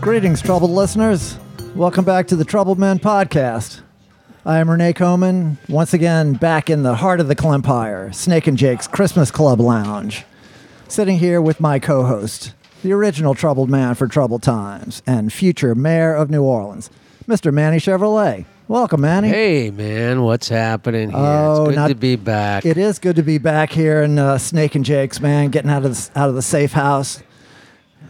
Greetings, troubled listeners. Welcome back to the Troubled Men podcast. I am Renee Coman, once again back in the heart of the Clempire, Snake and Jake's Christmas Club Lounge, sitting here with my co host, the original troubled man for troubled times and future mayor of New Orleans, Mr. Manny Chevrolet. Welcome, Manny. Hey man, what's happening here? Oh, it's good not- to be back. It is good to be back here in uh, Snake and Jake's, man, getting out of, the, out of the safe house.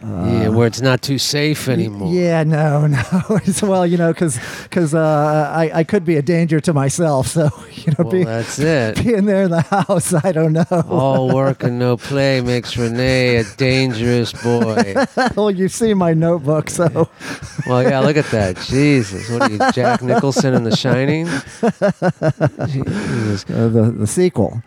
yeah, where it's not too safe anymore. uh, Yeah, no, no. It's- well, you know, because uh, I I could be a danger to myself. So you know, Well, be, that's it. being there in the house, I don't know. All work and no play makes Renee a dangerous boy. well, you see my notebook, so Well, yeah, look at that. Jesus, what are you, Jack Nicholson in The Shining? Jesus. uh, the the sequel.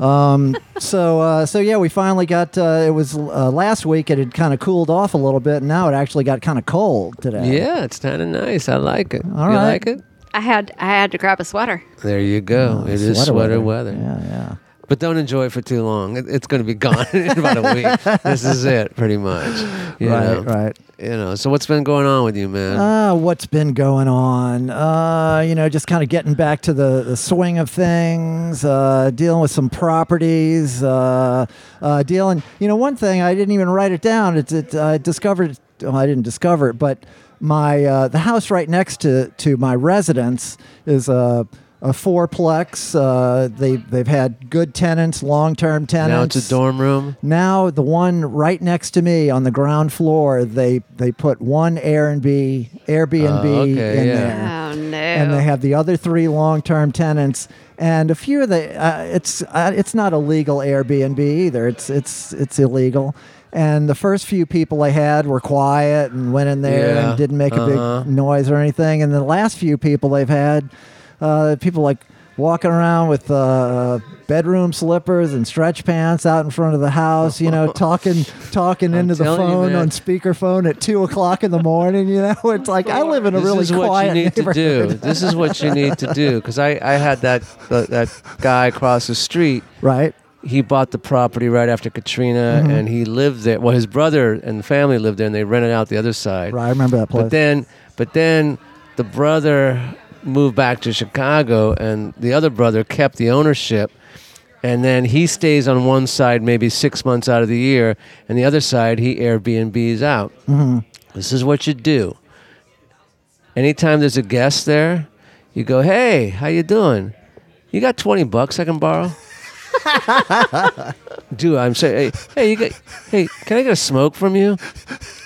Um, so uh, so yeah, we finally got. Uh, it was uh, last week. It had kind of cooled off a little bit, and now it actually got kind of cold today. Yeah, it's kind of nice. I like it. All you right. like it? I had I had to grab a sweater. There you Uh, Oh, go. it is sweater weather. Yeah, yeah. But don't enjoy it for too long. It, it's going to be gone in about a week. this is it, pretty much. You right, know? right. You know. So what's been going on with you, man? Uh, what's been going on? Uh, you know, just kind of getting back to the, the swing of things, uh, dealing with some properties, uh, uh, dealing. You know, one thing I didn't even write it down. It's it I discovered. Well, I didn't discover it, but my uh, the house right next to to my residence is a. A fourplex. Uh, they they've had good tenants, long term tenants. now it's a dorm room. Now the one right next to me on the ground floor, they they put one Airbnb Airbnb Oh, okay, in yeah. there, Oh no! and they have the other three long-term tenants, and a few of the. Uh, it's uh, it's not a legal Airbnb either. It's it's it's illegal. And the first few people I had were quiet and went in there Yeah, and didn't make a uh-huh. big noise or anything. And the last few people they've had, uh, people like walking around with uh, bedroom slippers and stretch pants out in front of the house, you know, talking talking into the telling you, phone man. on speakerphone at two o'clock in the morning. You know, it's like I live in a This really is what you quiet need to neighborhood. do. This is what you need to do. Because I, I had that that- that guy across the street. Right. He bought the property right after Katrina, Mm-hmm. and he lived there. Well, his brother and family lived there, and they rented out the other side. Right. I remember that place. But then, but then, the brother moved back to Chicago, and the other brother kept the ownership. And then he stays on one side maybe six months out of the year, and the other side he Airbnbs out. This is what you do. Anytime there's a guest there, you go, "Hey, how you doing? You got twenty bucks I can borrow?" Do I'm saying, hey, hey, you got, hey, can I get a smoke from you?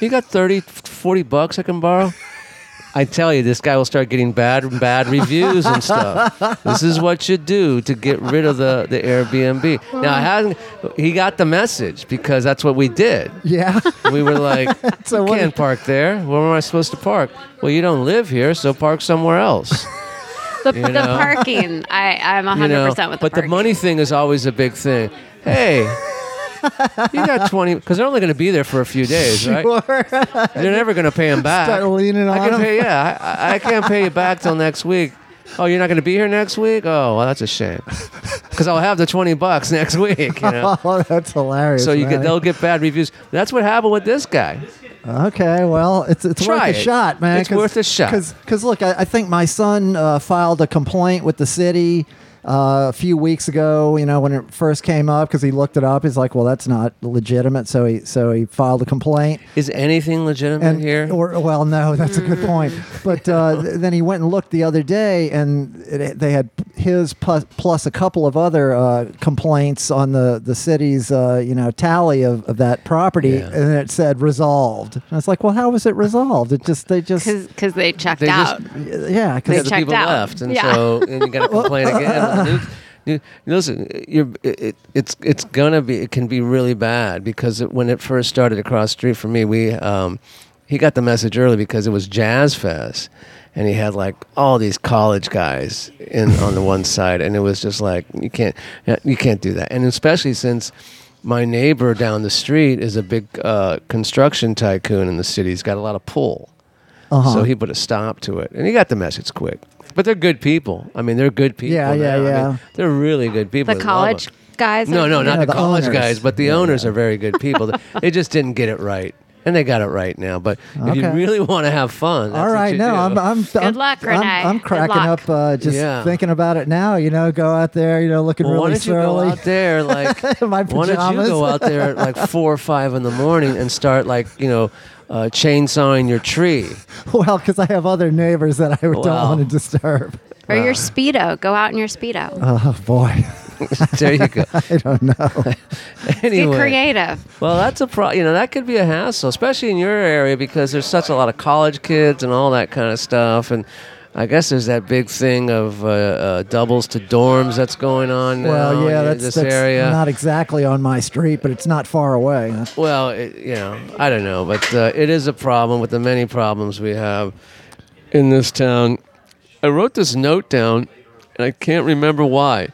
You got 30, 40 bucks I can borrow? I tell you, this guy will start getting bad and bad reviews and stuff. this is what you do to get rid of the, the Airbnb. Now, I hadn't, he got the message because that's what we did. yeah. We were like, So you what- can't park there. Where am I supposed to park? Well, you don't live here, so park somewhere else. the, you the know. parking. I I'm You hundred know? percent with the but the parking. money thing is always a big thing. Hey, you got 20, because they're only going to be there for a few days, right? They're never going to pay him back. Start leaning I on can him. pay, yeah, I, I- I can't pay you back till next week. Oh, you're not going to be here next week? Oh, well, that's a shame. Because I'll have the 20 bucks next week, you know? oh, that's hilarious. So you man. get, they'll get bad reviews. That's what happened with this guy. Okay, well, it's it's Try worth a it. shot, man. It's worth a shot. Because look, I, I think my son uh, filed a complaint with the city uh, a few weeks ago. You know, when it first came up, because he looked it up, he's like, "Well, that's not legitimate." So he so he filed a complaint. Is anything legitimate and here? Mm. Or well, no, that's a good point. But uh, th- then he went and looked the other day, and it, they had his plus, plus a couple of other uh, complaints on the the city's uh, you know tally of, of that property, Yeah. and it said resolved. And I was like, well, how was it resolved? It just they just because they checked They just- out. yeah, Yeah, because the checked people out. left, and Yeah. so and you got to complain again. New- new- Listen, you're, it, it- it's it's gonna be it can be really bad because it, when it first started across the street from me, we um, he got the message early because it was Jazz Fest, and he had like all these college guys in on the one side, and it was just like you can't you can't do that, and especially since my neighbor down the street is a big uh, construction tycoon in the city. He's got a lot of pull. uh-huh. So he put a stop to it, and he got the message quick. But they're good people. I mean, they're good people. Yeah, yeah, now. I mean, yeah. they're really good people. The I love college 'em. guys. No, no, not Yeah, the, the college owners. guys, but the owners are very good people. they just didn't get it right. and they got it right now. But if you Okay. really want to have fun, that's All what right, you no, do. I'm, I'm, Good I'm, luck, I'm, Renee. I'm Good cracking luck. up uh, just Yeah. thinking about it now. You know, go out there, you know, looking Well, why really don't you go surly. out there like In my why don't you pajamas. go out there at like four or five in the morning and start like you know uh, chainsawing your tree? well, because I have other neighbors that I don't Wow. want to disturb. Or Uh, your speedo. Go out in your speedo. Oh boy, there you go. I don't know. Get Anyway, creative. well, that's a pro. You know that could be a hassle, especially in your area because there's such a lot of college kids and all that kind of stuff and. I guess there's that big thing of uh, uh, doubles to dorms that's going on now well, yeah, in that's, this that's area. not exactly on my street, but it's not far away. Well, it, you know, I don't know, but uh, it is a problem with the many problems we have in this town. I wrote this note down, and I can't remember why.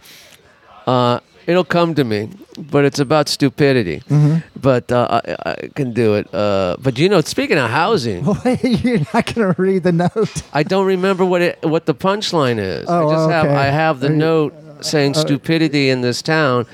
Uh, it'll come to me, but it's about stupidity. Mm-hmm. But uh, I, I can do it. Uh, but you know, speaking of housing, Boy, you're not going to read the note. I don't remember what it what the punchline is. Oh, I just have okay. I have the Are you- uh, note saying stupidity in this town,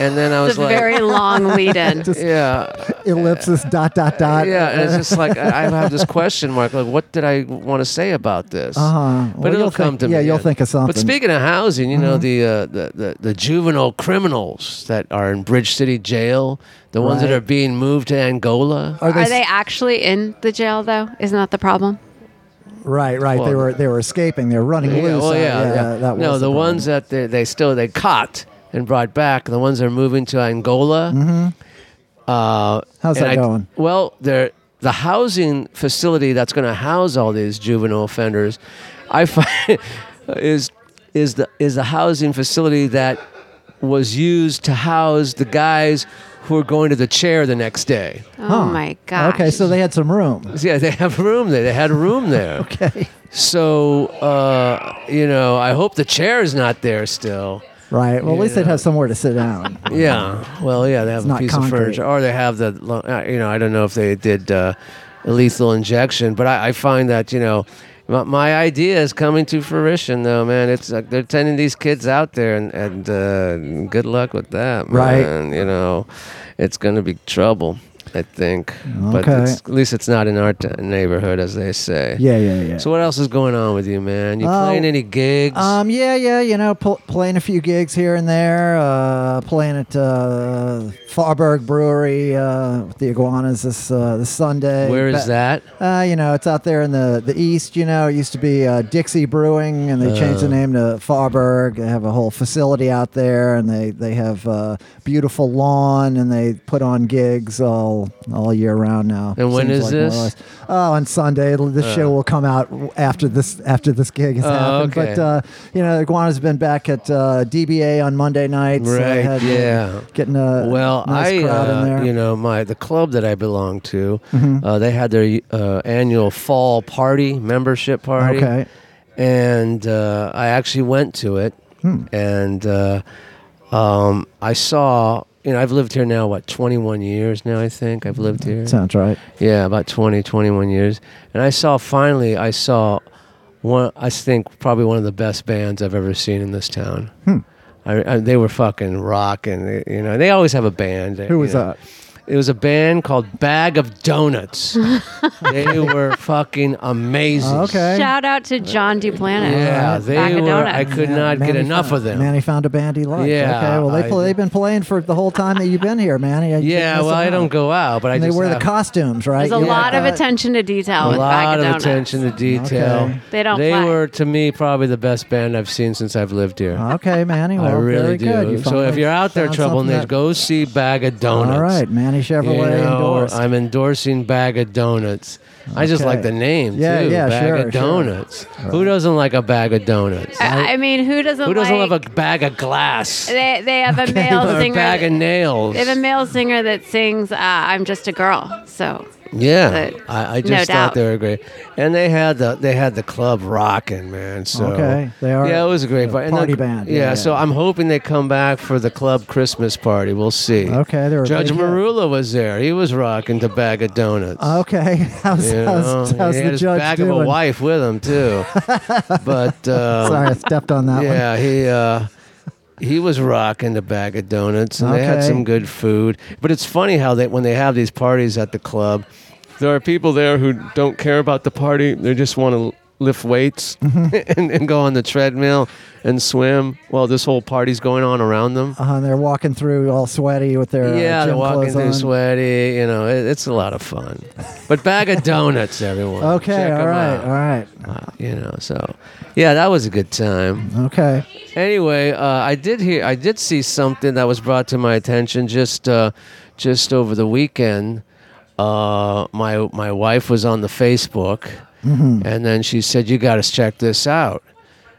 and then I was It's a like, very long lead in. yeah. Ellipsis dot dot dot. yeah, and it's just like I, I have this question mark. Like, what did I want to say about this? Uh-huh. But Well, it'll you'll come think- to me. yeah, you'll and- think of something. Mm-hmm. But speaking of housing, you know the, uh, the the the juvenile criminals that are in Bridge City Jail, the ones that Right. Oh, are being moved to Angola. Are they, Are they actually in the jail though? Isn't that the problem? right? Right. they Well, were they were escaping. They were running Yeah, loose. well, Uh, yeah, yeah. That no, was the problem. ones that they, they still they caught and brought back. The ones that are moving to Mm-hmm. Angola. Uh, How's and that I- going? Well, they're, the housing facility that's going to house all these juvenile offenders, I find, is is the is the housing facility that was used to house the guys who are going to the chair the next day. Oh Huh. my gosh. Okay, so they had some room. Yeah, they have room there. They had room there. Okay. So, uh, you know, I hope the chair is not there still. Right. Well, at least they'd have somewhere to sit down. Yeah. Well, yeah, they have a not piece concrete. of furniture, or they have the, lo- uh, you know, I don't know if they did uh, a lethal injection, but I, I find that you know, my, my idea is coming to fruition though, man. It's like they're sending these kids out there, and, and uh, good luck with that, Right. man. You know, it's gonna be trouble. I think, but Okay. it's, at least it's not in our t- neighborhood, as they say. Yeah, yeah, yeah. So what else is going on with you, man? You Uh, playing any gigs? Um, yeah, yeah, you know, pl- playing a few gigs here and there, uh, playing at uh, Farberg Brewery uh, with the Iguanas this uh, this Sunday. Where is Ba- that? Uh, you know, it's out there in the, the east. You know, it used to be uh, Dixie Brewing, and they changed the Uh. name to Farberg. They have a whole facility out there, and they they have uh, beautiful lawn, and they put on gigs all all year round now. And when is more or this? Uh. less. Oh, on Sunday. It'll- This show will come out w- after this after this gig has Oh, happened. okay. But uh, you know, Iguana's been back at uh, DBA on Monday nights. so I Right, had, uh, yeah. Getting a well nice i crowd uh, in there. Mm-hmm. you know my the club that i belong to uh, they had their uh, annual fall party membership party Okay. and uh, i actually went to it Hmm. and uh, um, i saw you know i've lived here now what 21 years now i think i've lived here Sounds right. yeah, about 20, 21 years. And I saw finally, I saw one. I think probably one of the best bands I've ever seen in this town. Hmm. I, I, they were fucking rock, and you know they always have a band. Who was that? It was a band called Bag of Donuts. they were fucking amazing. Oh, Okay. Shout out to John DuPlanet. Yeah, Bag they of were- donuts. I could Yeah, not get Manny enough found, of them. Manny found a band he liked. Yeah, Okay. Well, they I- play, they've been playing for the whole time that you've been here, Manny. I- you Yeah, missed well, them I out. don't go out, but I And they just wear the have costumes, right? There's a You lot like of that? attention to detail a with Bag lot of of Donuts. attention to detail. Okay. They don't They play. were to me probably the best band I've seen since I've lived here. Okay, Manny. Well, I really Oh, very good. You do. So finally if you're out there, found Trouble something Nate, that- go see Bag of Donuts. All right, Manny You Chevrolet know, endorsed. I'm endorsing Bag of Donuts. I just Okay. like the name Yeah, too. yeah, bag sure, of sure. Donuts. Who doesn't like a bag of donuts? I, I mean, who doesn't? Who doesn't like, love a bag of glass? They they have a male or a singer. bag of nails. they have a male singer that sings uh, "I'm Just a Girl." So yeah, but I, I no just thought doubt. they were great, and they had the they had the club rocking, man. So Okay, they are Yeah, it was a great a party. And party the- band, Yeah, yeah, yeah. so I'm hoping they come back for the club Christmas party. We'll see. Okay, they were a Judge big hit. Marula was there. He was rocking the bag of donuts. okay, how's, You how's, know, how's he the had his judge bag doing? of a wife with him too. but um, Sorry, I stepped on that one. yeah, he uh, he was rocking the bag of donuts, and they had Okay. some good food. But it's funny how they when they have these parties at the club, there are people there who don't care about the party. They just want to lift weights Mm-hmm. and, and go on the treadmill and swim while this whole party's going on around them. Uh, they're walking through all sweaty with their yeah, uh, they're gym walking clothes through on. sweaty. You know, it, it's a lot of fun. But bag of donuts, everyone. Okay, Check 'em all right, out. all right, Uh, you know, so yeah, that was a good time. okay. Anyway, uh, I did hear, I did see something that was brought to my attention just, uh, just over the weekend. Uh, my my wife was on the Facebook, Mm-hmm. and then she said, "You got to check this out,"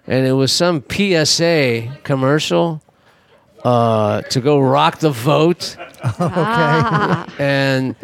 and it was some PSA commercial uh, to go rock the vote, Okay. Ah. and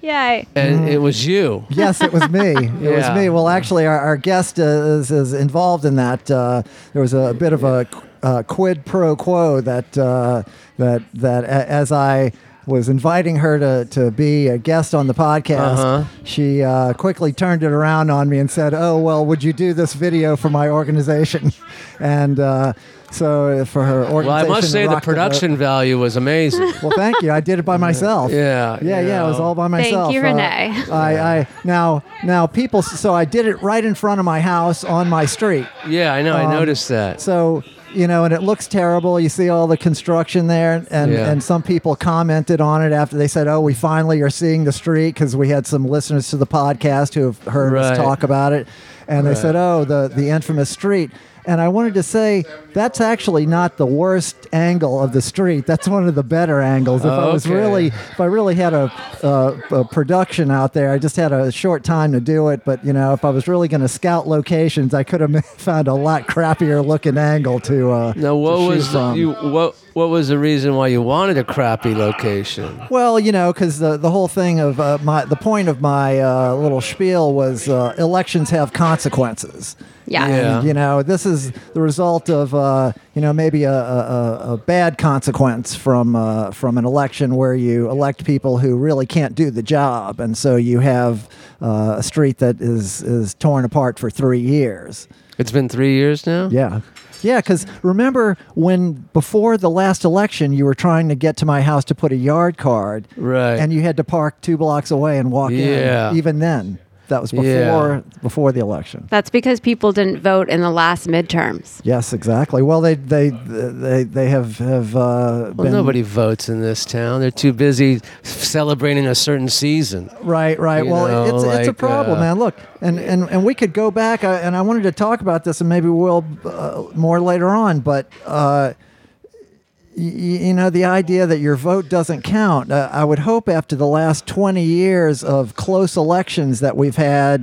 Yay. Mm-hmm. and it was you. Yes, it was me. It Yeah. was me. Well, actually, our, our guest is, is involved in that. Uh, there was a bit of a uh, quid pro quo that uh, that that a- as I was inviting her to, to be a guest on the podcast, Uh-huh. she uh, quickly turned it around on me and said, "Oh well, would you do this video for my organization?" And uh, so for her organization, Well, I must say the Rock Vote- production value was amazing. well, thank you. I did it by myself. Yeah, Yeah, you yeah. It was know. all by Thank you, myself. uh, Renee. I, I now now people. So I did it right in front of my house on my street. Yeah, I know, um, I noticed that. So you know, and it looks terrible. You see all the construction there, and Yeah. and some people commented on it after they said, "Oh, we finally are seeing the street," because we had some listeners to the podcast who have heard Right. us talk about it, and they said, "Oh, the the infamous street." And I wanted to say that's actually not the worst angle of the street. That's one of the better angles. If I was Okay. really, if I really had a, uh a production out there, I just had a short time to do it. But you know, if I was really going to scout locations, I could have found a lot crappier looking angle to. Uh, Now, what to shoot was the, from. you what what was the reason why you wanted a crappy location? Well, you know, because the the whole thing of uh, my the point of my uh, little spiel was uh, elections have consequences. Yeah. Yeah. And, you know, this is the result of uh, you know maybe a, a, a- a bad consequence from uh, from an election where you elect people who really can't do the job, and so you have uh, a street that is is torn apart for three years. It's been three years now. Yeah. Yeah, because remember when before the last election, you were trying to get to my house to put a yard card. Right. And you had to park two blocks away and walk Yeah. in. Even then. That was before Yeah. before the election. That's because people didn't vote in the last midterms. Yes, exactly. Well, they they they they have have uh, Well, been nobody votes in this town. They're too busy celebrating a certain season. Right, right. You Well, know, it's it's a like, problem, uh, man. Look, and, and and we could go back, uh, and I wanted to talk about this, and maybe we'll uh, more later on. But uh, y- y- you know, the idea that your vote doesn't count. Uh, I would hope after the last twenty years of close elections that we've had.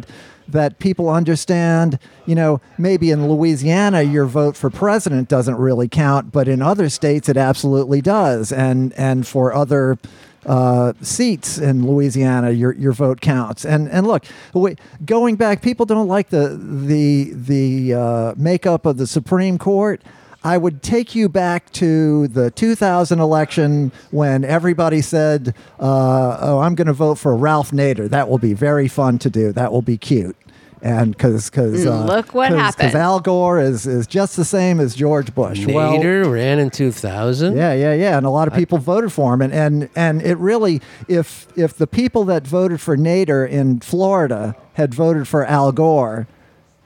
That people understand, you know, maybe in Louisiana your vote for president doesn't really count, but in other states it absolutely does, and and for other uh, seats in Louisiana, your your vote counts. And and look, we, going back, people don't like the the the uh, makeup of the Supreme Court. I would take you back to the 2000 election when everybody said, uh, "Oh, I'm going to vote for Ralph Nader. That will be very fun to do. That will be cute." And because because Mm, look what because happened. Al Gore is is just the same as George Bush. Well- Nader ran in two thousand. yeah, yeah, yeah, and a lot of people voted for him, and, and and it really, if if the people that voted for Nader in Florida had voted for Al Gore,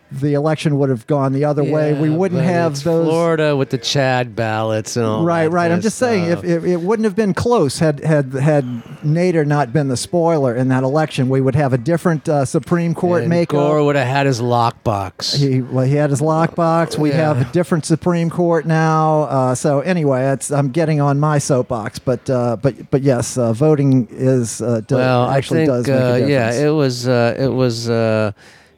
the election would have gone the other way. We wouldn't have those. Florida with the Chad ballots and all. Right, that uh, right. kind I'm of just saying, if stuff. it, it wouldn't have been close had had had Nader not been the spoiler in that election, we would have a different uh, Supreme Court And makeup. Gore would have had his lockbox. He well, he had his lockbox. We Yeah. have a different Supreme Court now. Uh, so anyway, it's, I'm getting on my soapbox, but uh, but but yes, uh, voting is uh, do, well, actually I think, does make uh, a yeah, difference. it was uh, it was uh,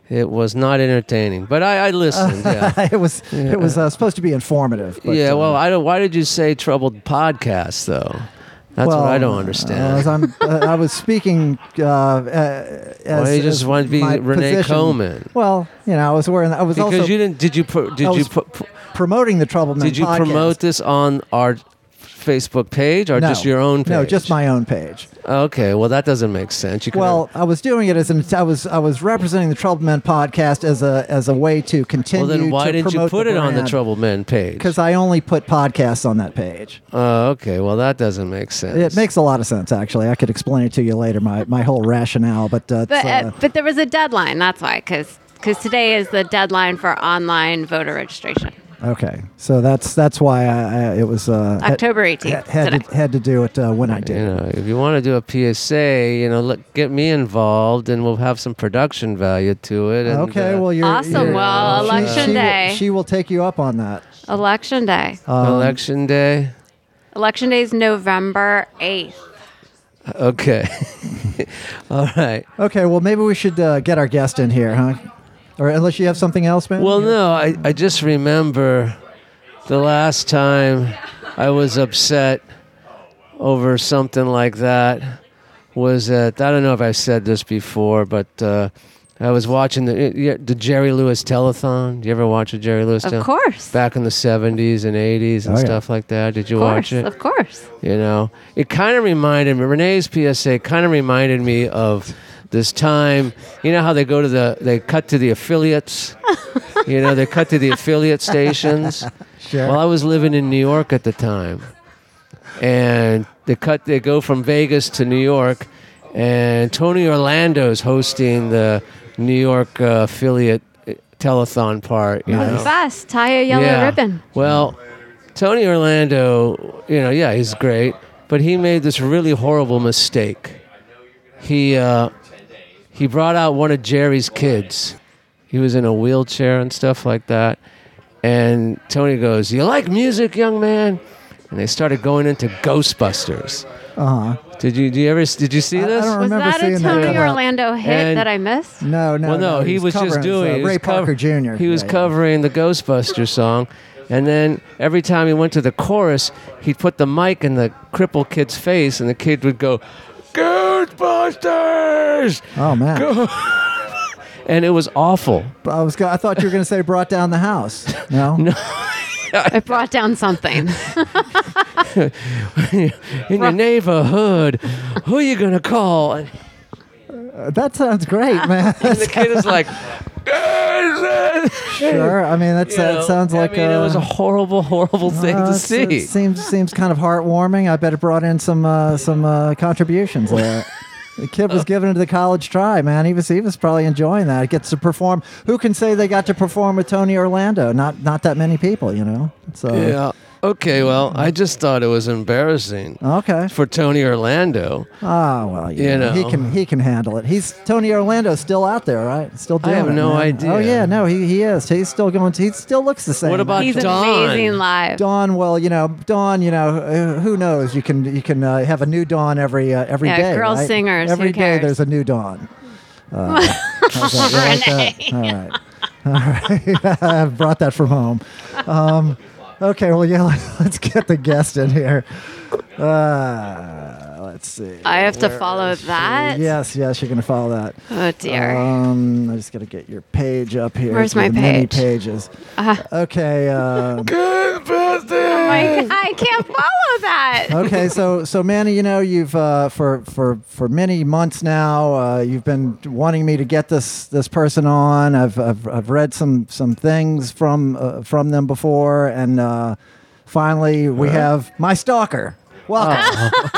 it was not entertaining, but I, I listened. yeah. it was it was uh, supposed to be informative. But, yeah, uh, well, I don't. Why did you say troubled podcast though? That's well, what I don't uh, as understand. I'm, uh, I was speaking. Uh, uh, as, you just as wanted to be my Renee position. Coleman? Well, you know, I was wearing. I was because also you didn't. Did you pro, did I you was pro, pro- promoting the Troubleman. did you podcast. promote this on our Facebook page or no, just your own page? No, just my own page. Okay, well that doesn't make sense. You could have- Well, I was doing it as an I was I was representing the Troubled Men podcast as a as a way to continue. well then why to didn't you promote put it on the brand, Trouble Men page? Because I only put podcasts on that page. Oh, okay. Well, that doesn't make sense. It makes a lot of sense, actually. I could explain it to you later, my, my whole rationale. But, uh, it's, But, uh, uh, but there was a deadline. That's why, because today is the deadline for online voter registration. okay, so that's that's why I, I it was uh, had- October 18th Had, had, to, today. had to do it uh, when I You did. know, if you want to do a PSA, you know, look, get me involved, and we'll have some production value to it. And, Okay, uh, well you're Awesome. you're- uh, Well, she- election she will- day. she will take you up on that. Election day. Uh, um, election day. Election day is November 8th. Okay. All right. Okay, well maybe we should uh, get our guest in here, huh? Or unless you have something else, man. Well, no, I, I just remember the last time I was upset over something like that was at, I don't know if I've said this before, but uh, I was watching the, the Jerry Lewis telethon. Do you ever watch a Jerry Lewis Of telethon? course. Back in the 70s and 80s and Oh, yeah. stuff like that. Did you Of watch course. it? Of course. You know, it kind of reminded me. Renee's PSA kind of reminded me of this time. You know how they go to the, they cut to the affiliates. you know, they cut to the affiliate stations. Sure. Well, I was living in New York at the time, and they cut. They go from Vegas to New York, and Tony Orlando's hosting the New York uh, affiliate uh, telethon part. You know? The best. Tie a yellow ribbon. Well, Tony Orlando, you know, yeah, he's great, but he made this really horrible mistake. He uh, he brought out one of Jerry's kids. He was in a wheelchair and stuff like that. And Tony goes, "You like music, young man?" And they started going into Ghostbusters. uh-huh. Did you do you ever did you see I this? don't Was remember that a seeing that Tony come up. Orlando hit And- that I missed? No, no. Well, no, he, was, just covering, doing uh, he Ray was Parker Jr. cover- He was Yeah, yeah. covering the Ghostbuster song, and then every time he went to the chorus, he'd put the mic in the crippled kid's face, and the kid would go, "Ghostbusters!" Oh man, And it was awful. I was. go- I thought you were going to say brought down the house. No, no. It brought down something. in your neighborhood, who you gonna call? And that sounds great, man. the kid is like. Sure. sure. I mean, that's, that sounds like uh, I mean, a, it was a horrible, horrible thing Uh, to it's- see. It seems seems kind of heartwarming. I bet it brought in some uh, some uh, contributions there. The kid was giving it to the college try, man. He was he was probably enjoying that. It gets to perform. Who can say they got to perform with Tony Orlando? Not not that many people, you know. uh, So Yeah. Okay. Well, I just thought it was embarrassing okay. for Tony Orlando. Ah, well, yeah. You know. he can he can handle it. He's Tony Orlando's still out there, right? Still doing have it, no man. idea. Oh yeah, no, he, he is. He's still going. To, he still looks the same. What about He's Dawn. amazing live. Dawn, well, you know, Dawn, you know, uh, who knows? You can you can uh, have a new dawn every uh, every Yeah, day, girl right? singers, who Every day cares? there's a new dawn. Uh, how's that? You like that? All right, all right. I've brought that from home. Um, okay, well, yeah, let's get the guest in here. Uh, let's see. I have to follow that. Yes, yes, you're gonna follow that. Oh dear. Um, I just gotta get your page up here. Where's through my the Many page? Uh-huh. pages. Okay. Um, Oh my God, I can't follow that. okay, so so Manny, you know you've uh, for for for many months now, uh, you've been wanting me to get this this person on. I've I've, I've read some some things from uh, from them before, and uh, finally we have my stalker. Welcome.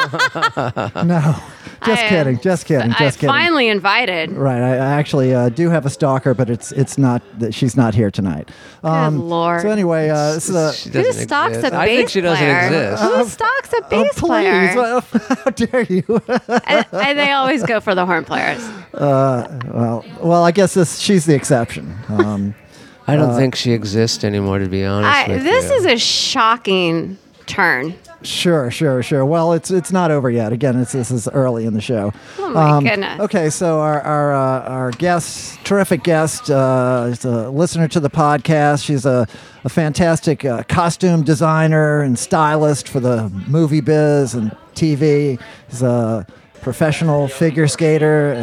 no, just Oh. I- uh, kidding, just kidding, I just kidding. finally invited. Good Right, I, I actually uh, do have a stalker, but it's it's not that she's not here tonight. lord. So anyway, uh, this is a, She Who doesn't stalks exist. a I bass think she doesn't player? exist. Who stalks a bass Oh, please, player? well, how dare you? and, and they always go for the horn players. Well, well, I guess this, she's the exception. Um, I don't think she exists anymore, to be honest I, with this you. is a shocking turn. sure, sure, sure. Well, it's it's not over yet. Again, it's this is early in the show. Oh my goodness. Um, Okay, so our our uh, our guest, terrific guest, uh, is a listener to the podcast. She's a a fantastic uh, costume designer and stylist for the movie biz and TV. She's a professional figure skater, uh,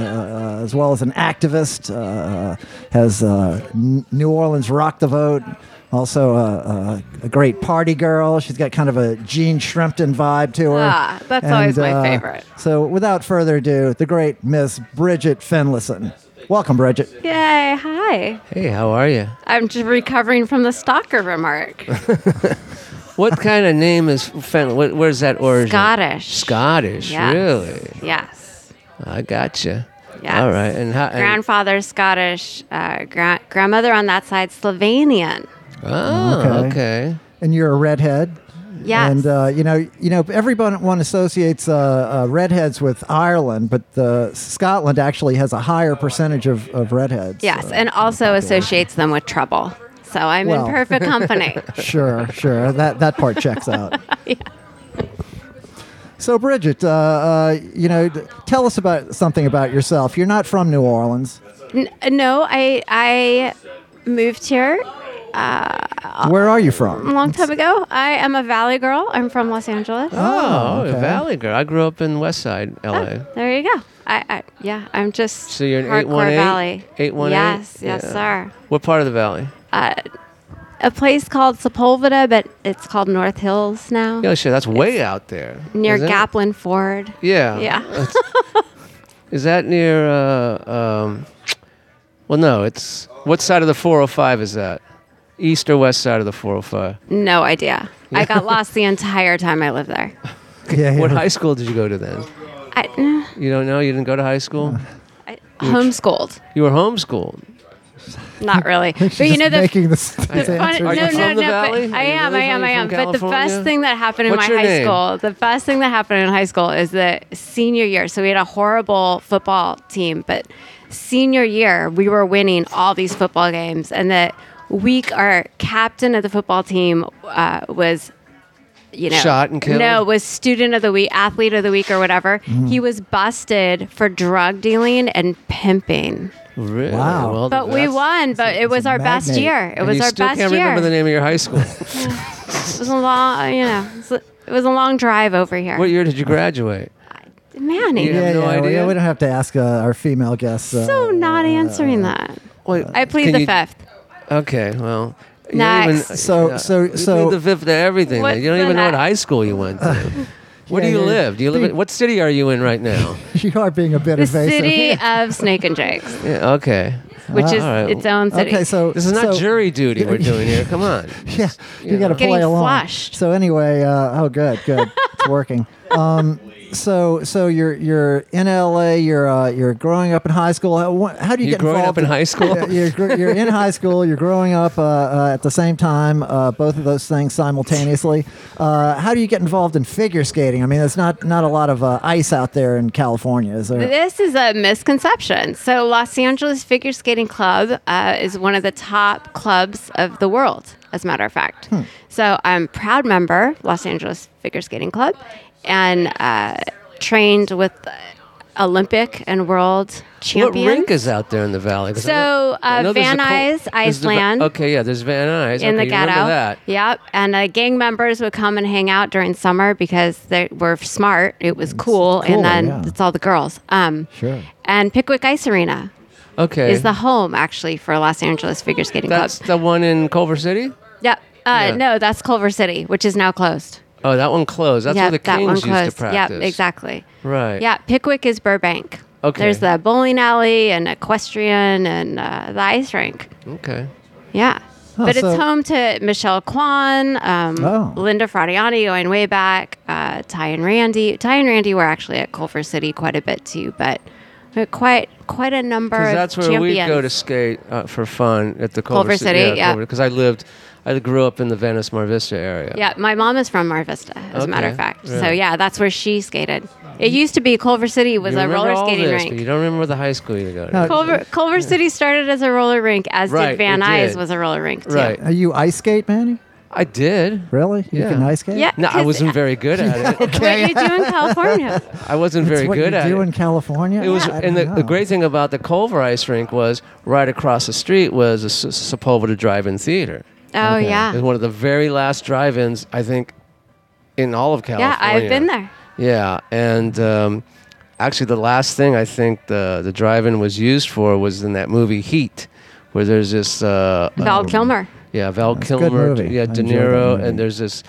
uh, as well as an activist, uh, has uh, N- New Orleans Rock the Vote. Also, uh, uh, a great party girl. She's got kind of a Gene Shrimpton vibe to her. Ah, that's always my favorite. uh, So, without further ado, the great Miss Bridget Finlayson. Welcome, Bridget. Yay, hi. Hey, how are you? I'm just recovering from the stalker remark. What kind of name is Fen? What, where's that origin? Scottish. Scottish, Yes. really? Yes. I gotcha. Yes. All right, and how? and- Grandfather Scottish, uh, gra- grandmother on that side Slovenian. oh, Okay. okay. And you're a redhead. Yes. And uh, you know, you know, everyone one associates uh, uh, redheads with Ireland, but the Scotland actually has a higher percentage of, of redheads. yes, so- and also associates them with trouble. So I'm Well. in perfect company. sure, sure. That that part checks out. So, Bridget, uh, uh, you know, d- tell us about something about yourself. You're not from New Orleans. N- Uh, no, I I moved here Where are you a from? Uh, long time ago. I am a Valley girl. I'm from Los Angeles. Ah. Oh, okay. a Valley girl. I grew up in West Side, L.A. There you go. I, I yeah, I'm just So you're an hardcore 818? Valley. 818? Yes, yes, Yeah. sir. What part of the Valley? A place called Sepulveda, but it's called North Hills now, Oh shit, that's way out there. near isn't it? Gaplin Ford. Yeah. Yeah. It's- Is that near? Uh, um, well, no. It's what side of the 405 is that? East or west side of the 405? No idea. I got lost the entire time I lived there. Yeah, What yeah. high school did you go to then? I, eh, You don't know? You didn't go to high school? I homeschooled. You were homeschooled. Not really. But She's you know just the. making this, the these fun, no, answers Are you no, up. from the no, but Valley? I Are you am, I really am, from- I you am. from But the best California? thing that happened in What's my your high name? school, the best thing that happened in high school is that senior year. So we had a horrible football team, but senior year we were winning all these football games, and that week our captain of the football team uh, was. You know, Shot and killed? Mm-hmm. No, was student of the week, athlete of the week, or whatever. He was busted for drug dealing and pimping. Really? Wow. Well, But we Oh, that's- won. But it was a our best magnate. year. It and was you our still best can't year. remember the name of your high school. It was a long, you know, it was a- it was a long drive over here. what year did you graduate? Manny, You Yeah, have no yeah, we- idea? We don't have to ask uh, our female guests. Uh, so not answering that. Wait, I plead Uh, can the you- fifth. Okay, well. you don't Next. So- so- you so- plead the fifth to everything. What's man. You don't the even know what next? high school you went to. Where Yeah, do you you're- live? Do you live? In, what city are you in right now? you are being a bit The evasive. city of Snake and Jake's, Yeah, okay. which All is right. its own um, city. Okay, so This is not so- jury duty we're doing here. Come on. Yeah, you, got to Getting play along. flushed. So anyway, uh, oh good, good, it's working. Um, so so you're you're in LA. You're uh, you're growing up in high school. How, wha- how do you You're get growing up involved in high school? Yeah, you're, gr- you're in high school. You're growing up uh, uh, at the same time. Uh, both of those things simultaneously. Uh, how do you get involved in figure skating? I mean, there's not not a lot of uh, ice out there in California, is there? This is a misconception. So, Los Angeles Figure Skating Club uh, is one of the top clubs of the world, as a matter of fact. Hmm. So, I'm a proud member, Los Angeles Figure Skating Club, and uh, trained with uh, Olympic and world What champions. rink is out there in the valley? 'Cause I know- So, I uh, know there's a Van col- Nuys, there's the Va- Iceland. okay, yeah, there's Van Nuys. in okay, the you remember ghetto. that. Yep. And uh, gang members would come and hang out during summer because they were smart. It was cool, cool. and then yeah. it's all the girls. Um, Sure. And Pickwick Ice Arena Okay. is the home, actually, for Los Angeles Figure Skating Club. That's the one in Culver City? Yep. Uh, Yeah. No, that's Culver City, which is now closed. Oh, that one closed. That's where Yeah, the that one Kings used to closed. Yep, practice. exactly. Right. Yeah, Pickwick is Burbank. Okay. There's the bowling alley and equestrian and uh, the ice rink. Okay. Yeah. Oh, but so- it's home to Michelle Kwan, um, Oh. Linda Fradiani going way back, uh, Ty and Randy. Ty and Randy were actually at Culver City quite a bit too, but uh, quite quite a number of Because that's where champions. we go to skate uh, for fun at the Culver, Culver City, yeah. Because I lived, I grew up in the Venice Mar Vista area. yeah, my mom is from Mar Vista, as a matter Okay, of fact. So really? yeah, that's where she skated. It used to be Culver City was You a remember roller all skating this, But you rink. don't remember the high school you go to. No, Culver, Culver City started as a roller rink, as Right, did Van it Nuys did. was a roller rink too. Right. Are you ice skate, Manny? I did. Really? You Yeah. can ice skate? Yeah. No, I 'cause- wasn't very good at it. What you do in California? I wasn't That's very what good you at do it. in California. It was, I and the, don't the know. great thing about the Culver Ice Rink was right across the street was a S- Sepulveda Drive-In Theater. Oh It was Ah. yeah, one of the very last drive-ins I think in all of California. yeah. I've been there. Yeah, and um, actually the last thing I think the the drive-in was used for was in that movie Heat, where there's this uh, Val um, Kilmer, Yeah, Val That's a good Kilmer. movie. I Yeah, De enjoyed that Niro, movie. and there's this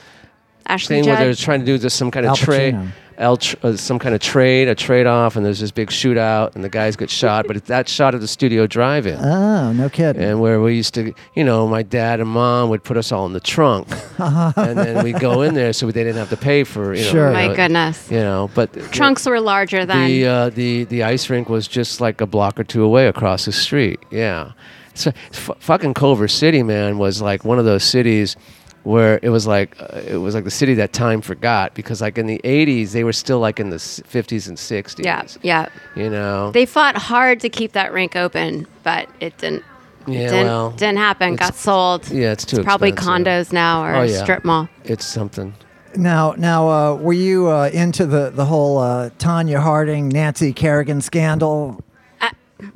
Ashley thing where they're Judd. trying to do this some kind Al of trade, Pacino. el, tr- uh, some kind of trade, a trade off, and there's this big shootout, and the guys get shot. But it's that shot of the studio drive-in, Oh, no kidding. and where we used to, you know, my dad and mom would put us all in the trunk, and then we would go in there, so they didn't have to pay for, you know, Uh-huh. Sure. you My know, goodness. you know, but Trunks were larger than the uh, the the ice rink was just like a block or two away across the street. Yeah, so f- fucking Culver City, man, was like one of those cities where it was like uh, it was like the city that time forgot because like in the 80s they were still like in the s- 50s and 60s. yeah, yeah. You know. They fought hard to keep that rink open, but it didn't. yeah. didn't, well, didn't happen. it's- Got sold. Yeah, it's too It's probably expensive. condos now or Oh, a yeah. strip mall. It's something. Now, now, uh, were you uh, into the the whole uh, Tanya Harding, Nancy Kerrigan scandal?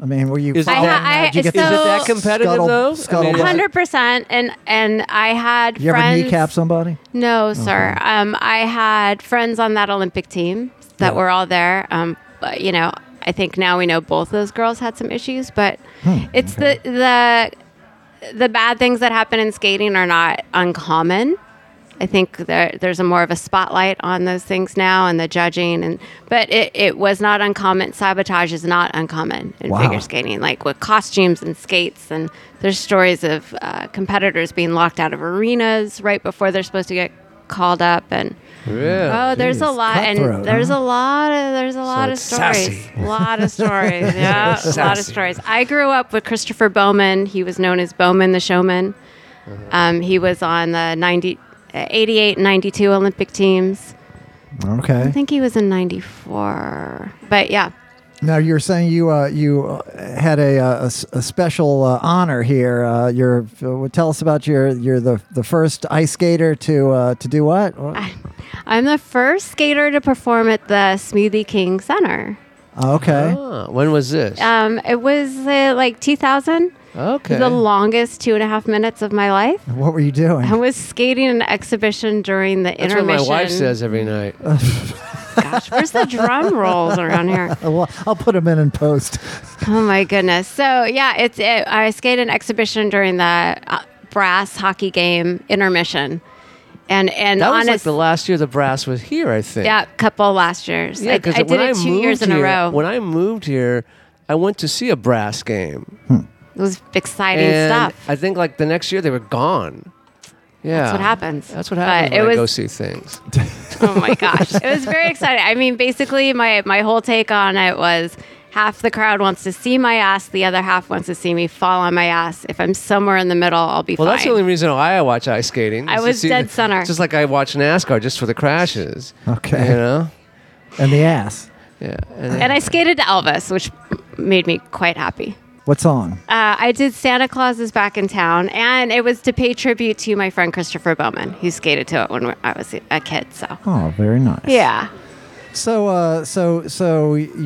I mean, were you? Is it following that- that? I- Did you get is the it that competitive, scuttle- though? I mean, scuttlebutt? What? Hundred percent, and and I had you ever friends. kneecap somebody? No, sir. Um, I had friends on that Olympic team that Yeah. were all there. Um, but, you know, I think now we know both those girls had some issues, but Hmm, it's the the the bad things that happen in skating are not uncommon. I think there, there's a more of a spotlight on those things now and the judging and but it, it was not uncommon. Sabotage is not uncommon in Wow. figure skating, like with costumes and skates and there's stories of uh, competitors being locked out of arenas right before they're supposed to get called up and Yeah. oh there's a geez, lot cutthroat, and there's huh? a lot of there's a lot of it's stories sassy. a lot of stories yeah a lot of Sassy. stories i grew up with christopher bowman he was known as bowman the showman um, he was on the 90 uh, 88 and 92 olympic teams i Okay. think he was in 94 but yeah Now you're saying you uh, you uh, had a, uh, a s- a special uh, honor here. Uh, you're uh, tell us about your you're the the first ice skater to uh, to do what? i'm the first skater to perform at the smoothie king center Oh. Okay. Ah, when was this? um, it was uh, like 2000 okay. the longest two and a half minutes of my life What were you doing? I was skating an exhibition during the That's what intermission. my wife says every night. Gosh, where's the drum rolls around here? Uh, well, I'll put them in in post. Oh my goodness. So yeah, it's it, I skated an exhibition during the uh, brass hockey game intermission, and and That was honest, like the last year the brass was here, I think. yeah, couple last years. I, Yeah, I because did when it I two moved years in a here- row. When I moved here, I went to see a brass game, it was exciting and stuff. I think like the next year they were gone. Yeah, That's what happens. That's what But happens it when I go was- see things. oh my gosh it was very exciting i mean basically my my whole take on it was half the crowd wants to see my ass the other half wants to see me fall on my ass if i'm somewhere in the middle i'll be Well, fine that's the only reason why I watch ice skating. I is to was see dead the- center. Just like I watch NASCAR just for the crashes. Okay. You know. And the ass. Yeah. and i skated to elvis which made me quite happy What song? uh, i did santa claus is back in town and it was to pay tribute to my friend christopher bowman who skated to it when i was a kid so Oh, very nice. yeah So, uh, so, so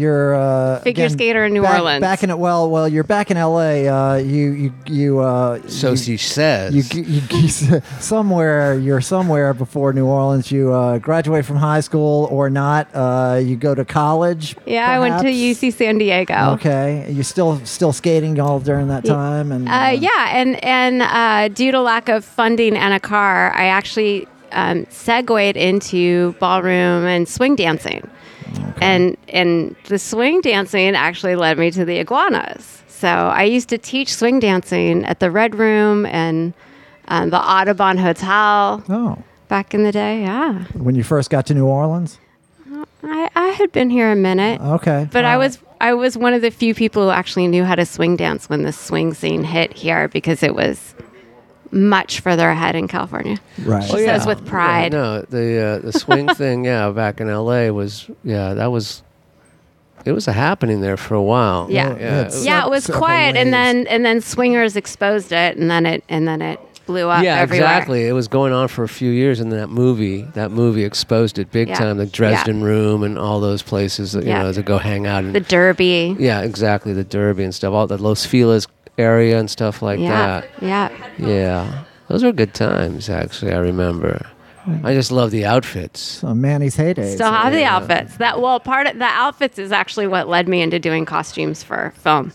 you're uh, Figure skater in New back- Orleans. Back in it. Well, well, you're back in L.A. Uh, you, you, you. Uh, so you, she says. you, you, you- somewhere you're somewhere before New Orleans. You uh, graduate from high school or not? Uh, you go to college. yeah i went to perhaps? uc san diego Okay, you still still skating all during that time, and Uh, yeah, and and uh, due to lack of funding and a car, I actually um, segued into ballroom and swing dancing, and and the swing dancing actually led me to the iguanas. So I used to teach swing dancing at the Red Room and um, the Audubon Hotel Oh, back in the day. Yeah, when you first got to New Orleans. I, I had been here a minute, Okay, but I All right. was I was one of the few people who actually knew how to swing dance when the swing scene hit here because it was much further ahead in California. right. Oh, says with pride. Yeah, no, the uh, the swing thing, yeah, back in L.A. was yeah, that was it was a happening there for a while. Yeah. Yeah, yeah, it's- yeah, it was several quiet, and ways. then and then swingers exposed it, and then it and then it blew up. yeah, uh, everywhere. exactly. It was going on for a few years, and then that movie, that movie exposed it big Yeah. time. The Dresden Room and all those places that you Yeah. know to go hang out. And, The Derby. yeah, exactly. The Derby and stuff, all the Los Feliz area and stuff like yeah, that. yeah. Yeah, those were good times. Actually, I remember. I just love the outfits. So Oh, Manny's heyday. Still have the outfits. That well, part of the outfits is actually what led me into doing costumes for film. Is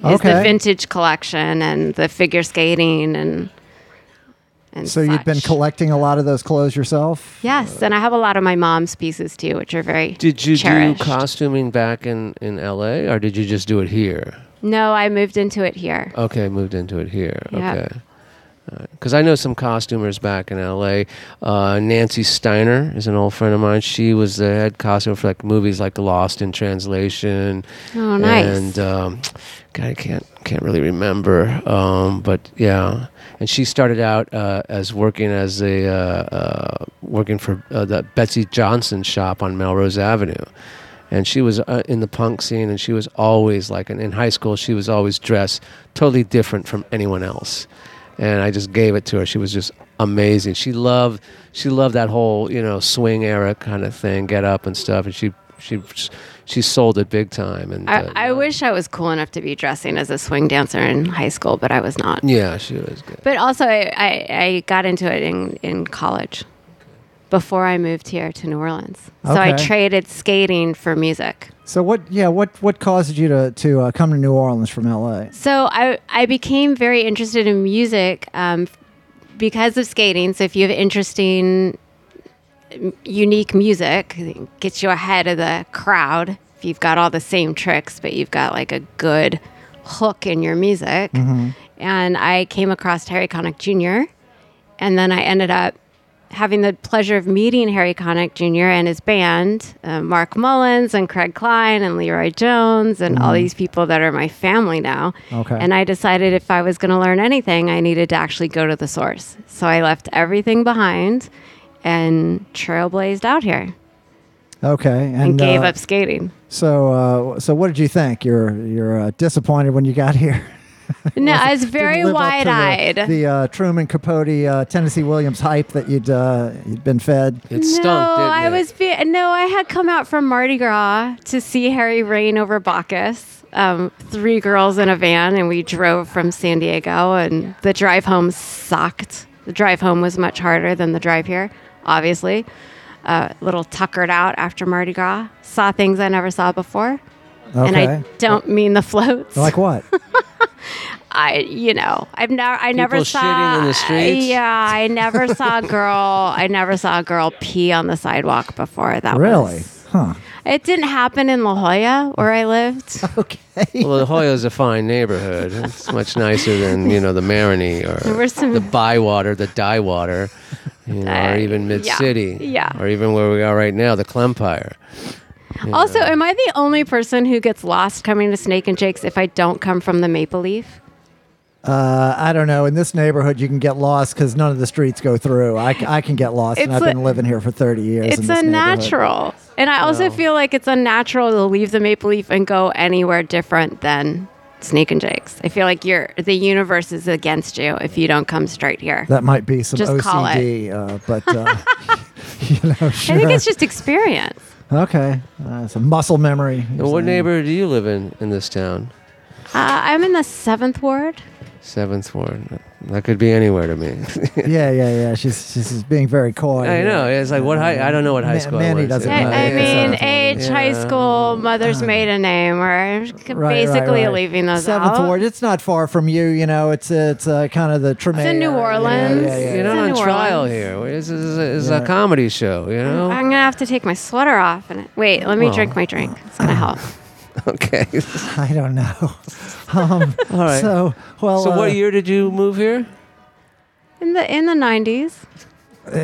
the Okay. vintage collection and the figure skating and and So you've been such. collecting a lot of those clothes yourself? Yes, and I have a lot of my mom's pieces too, which are very Did you cherished. do costuming back in, in LA or did you just do it here? No, I moved into it here. Okay, moved into it here. Yeah. Okay. Because I know some costumers back in LA. Uh, Nancy Steiner is an old friend of mine. She was the head costumer for like movies like Lost in Translation. Oh, nice. And um, God, I can't can't really remember. Um, but yeah, and she started out uh, as working as a uh, uh, working for uh, the Betsy Johnson shop on Melrose Avenue. And she was uh, in the punk scene, and she was always like, and in high school, she was always dressed totally different from anyone else and I just gave it to her. She was just amazing. She loved she loved that whole you know swing era kind of thing, get up and stuff. And she she she sold it big time. And uh, I, I wish I was cool enough to be dressing as a swing dancer in high school, but I was not. yeah, she was good. But also, I, I, I got into it in, in college before I moved here to New Orleans. So I Okay. traded skating for music. So what? Yeah. What? What caused you to to uh, come to New Orleans from L.A.? So I, I became very interested in music um, because of skating. So if you have interesting, m- unique music, it gets you ahead of the crowd. If you've got all the same tricks, but you've got like a good hook in your music. And I came across Harry Connick Jr. And then I ended up having the pleasure of meeting Harry Connick Jr. and his band, uh, Mark Mullins and Craig Klein and Leroy Jones and all these people that are my family now. Mm-hmm. Okay. And I decided if I was going to learn anything, I needed to actually go to the source. So I left everything behind and trailblazed out here Okay. And, and, gave uh, up skating. So uh, so what did you think? You're you're uh, disappointed when you got here. No, I was Didn't very live up to wide the- eyed. The, uh, Truman Capote, uh, Tennessee Williams hype that you'd uh, you'd been fed. It stunk. No, didn't I it? was be- no, I had come out from Mardi Gras to see Harry reign over Bacchus. Um, three girls in a van, and we drove from San Diego, and the drive home sucked. The drive home was much harder than the drive here, obviously. Uh, little tuckered out after Mardi Gras. Saw things I never saw before, Okay. and I don't mean the floats. like what? I, you know, I've never, I never People saw. shitting in the streets? Yeah, I never saw a girl. I never saw a girl pee on the sidewalk before. That really? was- Huh. it didn't happen in La Jolla where I lived. Okay. Well, La Jolla's a fine neighborhood. It's much nicer than you know the Marigny or were some- the Bywater, the Dyewater, you know, Uh, or yeah, even Mid City, yeah. or even where we are right now, the Clempire. Also, am I the only person who gets lost coming to Snake and Jake's if I don't come from the Maple Leaf? Uh, I don't know. In this neighborhood, you can get lost because none of the streets go through. I, c- I can get lost, and It's I've a- been living here for thirty years. in It's this neighborhood. unnatural. And I also feel like it's unnatural to leave the Maple Leaf and go anywhere different than Snake and Jake's. I feel like you're the universe is against you if you don't come straight here. That might be some Just call it. OCD, uh, but uh, you know, sure. I think it's just experience. okay. Uh, some muscle memory. And what neighborhood do you live in in this town? Uh, I'm in the seventh ward. Seventh Ward. That could be anywhere to me. Yeah, yeah, yeah. She's she's just being very coy. I know. It's like what high? I don't know what high Ma- school. Manny I was doesn't in. know. I, I Yeah. mean, Yeah. Uh-huh. age, high school, mother's maiden name, or basically Right, right, right. leaving those Seventh out. Ward. It's not far from you. You know, it's it's uh, kind of the Tremaine. New area. Orleans. Yeah, yeah, You're yeah. not It's in on New trial Orleans. here. This is a, this is Yeah. a comedy show. You know. I'm gonna have to take my sweater off and wait. Let me Well. drink my drink. It's gonna help. Okay. I don't know. Um, All right. So, So well. uh, what year did you move here? In the in the 90s,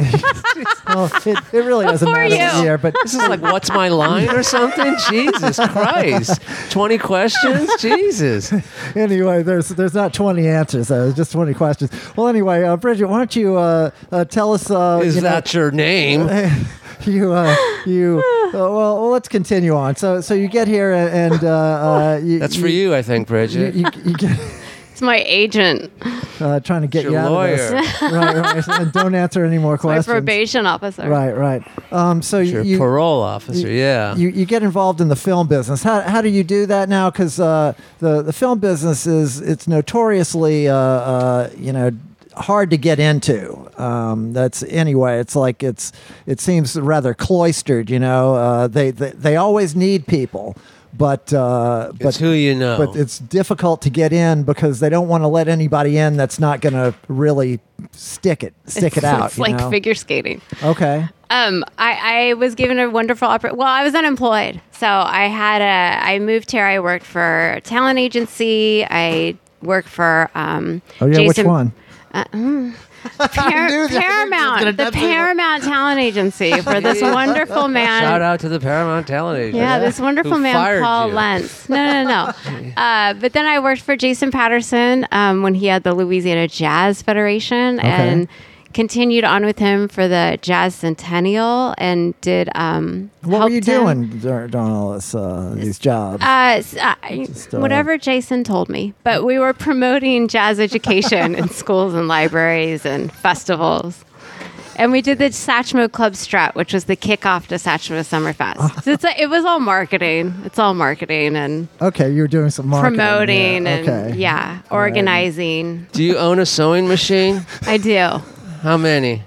well, it, it really doesn't Before matter what you. year, but This is like what's my line or something? Jesus Christ! Twenty questions. Jesus. anyway, there's there's not 20 answers. Though. There's just 20 questions. Well, anyway, uh, Bridget, why don't you uh, uh, tell us? Uh, Is you know, uh, that your name? you uh, you uh, well, well, let's continue on. So so you get here and uh, uh, you, That's for you, I think, You, Bridget. you, you get it's my agent, uh, trying to get Your you out of lawyer. this. right, right. And don't answer any more my questions. probation officer. Right, right. Um, so Your you, parole officer. Yeah. you you get involved in the film business. How, how do you do that now? Because uh, the the film business is it's notoriously uh, uh, you know hard to get into. Um, that's anyway. It's like it's it seems rather cloistered. You know, uh, they, they they always need people, but uh, but It's who you know. but it's difficult to get in because they don't want to let anybody in that's not going to really stick it stick it It's- out. It's you like know? figure skating. Okay. Um, I, I was given a wonderful oppor- Well, I was unemployed, so I had a. I moved here. I worked for a talent agency. I worked for. Um, Oh yeah, which Jason- one? Par- knew that. I knew you was gonna Paramount, the definitely wa- Paramount Talent Agency for this Yeah. wonderful man. Shout out to the Paramount Talent Agency. Yeah, this wonderful Who man, fired Paul you. Lentz. No, no, no. uh, but then I worked for Jason Patterson um, when he had the Louisiana Jazz Federation and continued on with him for the Jazz Centennial and did. Um, What were you helped him. doing during all this uh, these jobs? Uh, s- I- uh, whatever Jason told me, but we were promoting jazz education in schools and libraries and festivals. And we did the Satchmo Club Strut, which was the kickoff to Satchmo Uh-huh. Summerfest. So it's a, it was all marketing. It's all marketing and okay, you were doing some marketing. yeah, promoting and okay. yeah, organizing. Do you own a sewing machine? I do How many?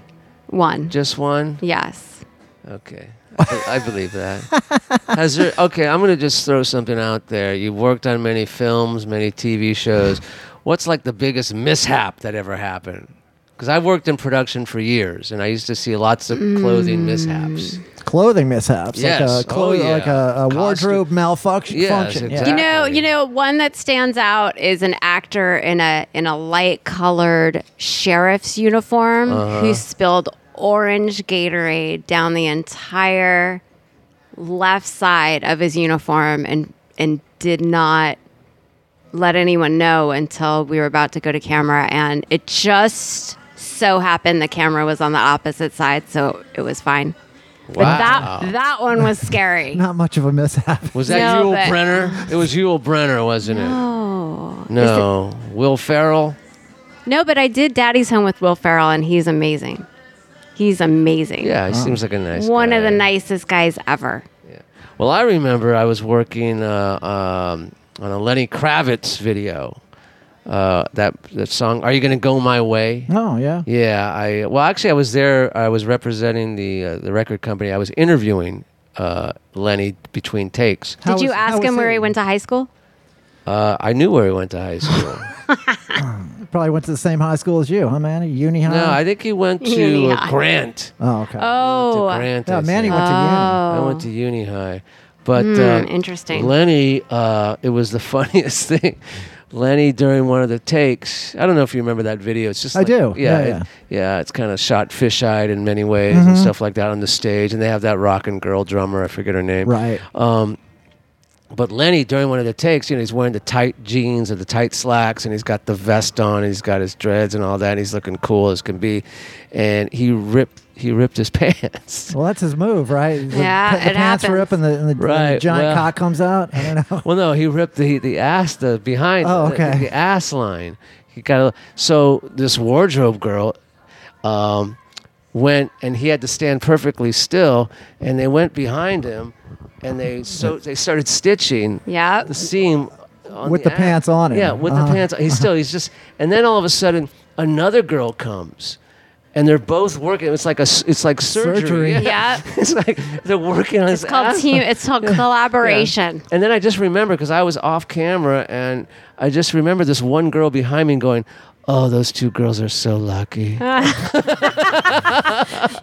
one. Just one? yes. Okay. I, be- I believe that. Has there, okay, I'm going to just throw something out there. You've worked on many films, many TV shows. What's like the biggest mishap that ever happened? Because I've worked in production for years and I used to see lots of clothing mishaps. Mm. clothing mishaps. Yes. Like a, clo- Oh, yeah. like a, a Costume- wardrobe malfunction. Yes, function. You exactly. know, you know, one that stands out is an actor in a in a light colored sheriff's uniform Uh-huh. who spilled orange Gatorade down the entire left side of his uniform and and did not let anyone know until we were about to go to camera and it just so happened the camera was on the opposite side so it was fine. But Wow. that that one was scary. Not much of a mishap. Was that No, Yul but- Brenner? It was Yul Brenner, wasn't Oh. it? No. Will Ferrell? No, but I did Daddy's Home with Will Ferrell, and he's amazing. He's amazing. Yeah, he seems like a nice One of guy. the nicest guys ever. Well, I remember I was working uh, um, on a Lenny Kravitz video. Uh, that that song, "Are You Gonna Go My Way?" Oh yeah. Yeah, I well, actually, I was there. I was representing the uh, the record company. I was interviewing uh, Lenny between takes. How did you was- how ask was him where he? he went to high school? Uh, I knew where he went to high school. Probably went to the same high school as you, huh, Manny? Uni high. no, I think he went to Uni uh, High. Grant. oh okay. Oh, to Grant. yeah, I Manny think. went to uni. I went to uni high, but Hmm, uh, interesting. Lenny, uh, it was the funniest thing. Lenny during one of the takes. I don't know if you remember that video. It's just I like- do. Yeah, Yeah, Mm-hmm. it- yeah. yeah, It's kind of shot fisheyed in many ways and stuff like that on the stage. And they have that rock and girl drummer. I forget her name. Right. Um, but Lenny, during one of the takes, you know, he's wearing the tight jeans or the tight slacks, and he's got the vest on, and he's got his dreads and all that, and he's looking cool as can be, and he ripped he ripped his pants. Well, that's his move, right? The, Yeah, pa- the it pants were happens. up, and the, and the, and the Right, giant well- cock comes out. I don't know. Well, no, he ripped the the ass the behind Oh, the- okay. the, ass line. He got a, so this wardrobe girl um, went and he had to stand perfectly still, and they went behind him, and they so they started stitching Yep. the seam on With the ass. pants on him. Yeah, with Uh-huh. the pants. on. He's still he's just and then all of a sudden another girl comes. And they're both working. It's like a, s- it's like surgery. Surgery. Yep. it's like they're working on his It's called ass. team. It's called collaboration. Yeah. And then I just remember because I was off camera, and I just remember this one girl behind me going, "Oh, those two girls are so lucky." Ah,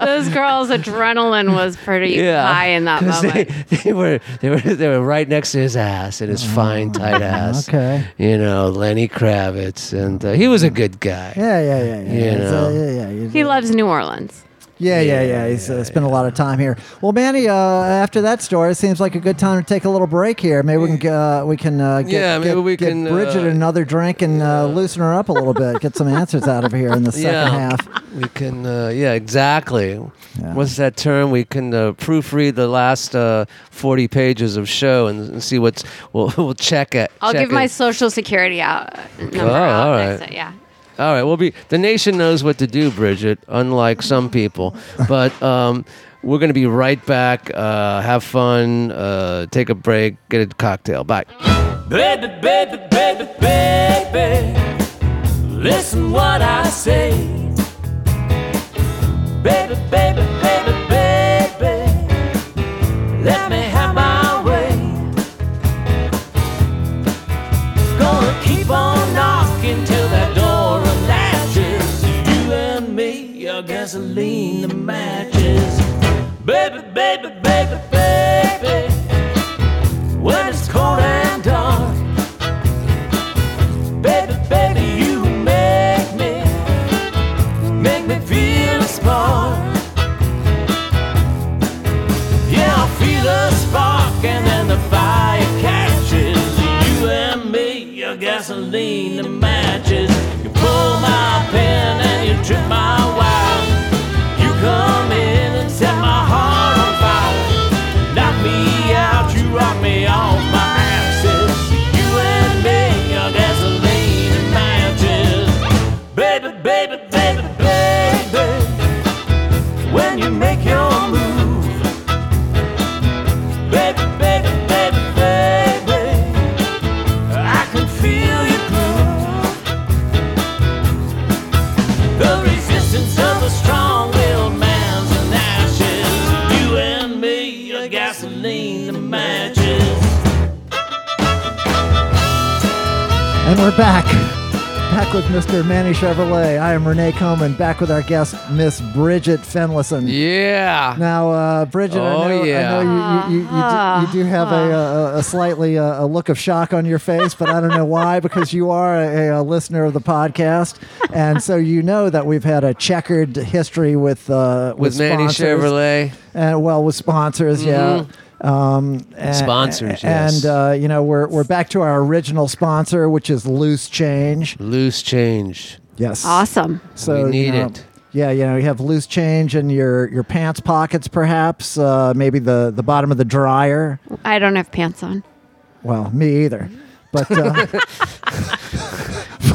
Those girls' adrenaline was pretty Yeah. high in that 'Cause moment. they, they were they were they were right next to his ass and his fine tight ass. Oh, okay. You know Lenny Kravitz, and uh, he was a good guy. Yeah, yeah, yeah, yeah. You It's, uh, know. yeah, yeah. You- he loves New Orleans. Yeah, yeah, yeah. He's uh, spent a lot of time here. Well, Manny, uh, after that story, it seems like a good time to take a little break here. Maybe we can uh, we can uh, get, Yeah, maybe get- we get can, Bridget uh, another drink and uh, loosen her up a little bit. Get some answers out of here in the second half. We can, uh, yeah, exactly. What's that term? We can uh, proofread the last uh, forty pages of show and, and see what's. We'll, we'll check it. I'll check give my it. social security out uh, number Oh, out all next right. time. Yeah. All right, we'll be. The nation knows what to do, Bridget. Unlike some people, but um, we're going to be right back. Uh, have fun. Uh, take a break. Get a cocktail. Bye. Baby, baby, baby, baby. Listen what I say. Baby, baby, baby, baby. Let me have my way. Gonna keep on knocking till that door latches. You and me are gasoline that matches. Baby, baby, baby, baby. When it's cold and dark. Baby, baby, you make me, make me feel a spark. Yeah, I feel a spark, and then the fire catches you and me. Your gasoline that matches. You pull my pin and you trip my wire. You come in and set my heart on fire. Knock me out, you rock me off my axis. You and me are gasoline that matches. Baby, baby, baby, baby. When you make your move. Baby, baby, baby, baby, I can feel your groove. The resistance of a strong-willed man's an ashes. You and me are gasoline that matches. And we're back. Back with Mr. Manny Chevrolet. I am Renee Coman, back with our guest, Miss Bridget Fenlison. Yeah. Now, uh, Bridget, Oh, I know, yeah. I know you, you, you, you, do, you do have a, uh, a slightly uh, a look of shock on your face, but I don't know why, because you are a, a listener of the podcast. And so you know that we've had a checkered history with uh, With Manny sponsors. Chevrolet. Mm-hmm. And, well, with sponsors, yeah. Um, and, Sponsors, and yes. uh, you know we're we're back to our original sponsor, which is Loose Change. Loose change. Yes, Awesome. so We need you know, it. Yeah, you know, you have loose change in your your pants pockets, perhaps uh, maybe the the bottom of the dryer. I don't have pants on. Well, me either, but. Uh,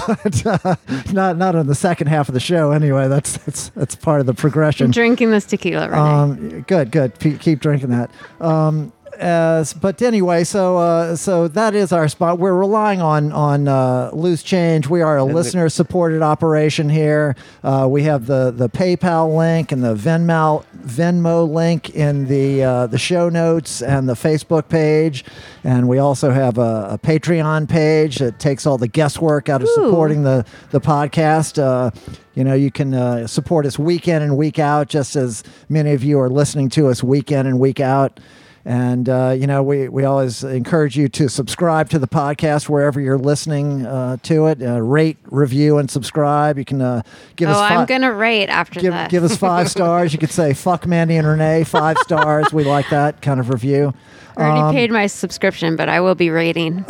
But uh, not not on the second half of the show anyway. That's that's that's part of the progression. I'm drinking this tequila, Renee. Um, good, good. P- keep drinking that. Um, as, but anyway, so uh, so that is our spot. We're relying on on uh, loose change. We are a listener supported operation here. Uh, we have the the PayPal link and the Venmo Venmo link in the uh, the show notes and the Facebook page, and we also have a, a Patreon page that takes all the guesswork out of Ooh. supporting the the podcast. Uh, you know, you can uh, support us week in and week out, just as many of you are listening to us week in and week out. And uh, you know, we we always encourage you to subscribe to the podcast wherever you're listening uh, to it. Uh, rate, review, and subscribe. You can uh, give oh, us. I'm fi- gonna rate after Give, this. give us five stars. You could say "fuck Mandy and Renee" five stars. We like that kind of review. I already Um, paid my subscription, but I will be rating.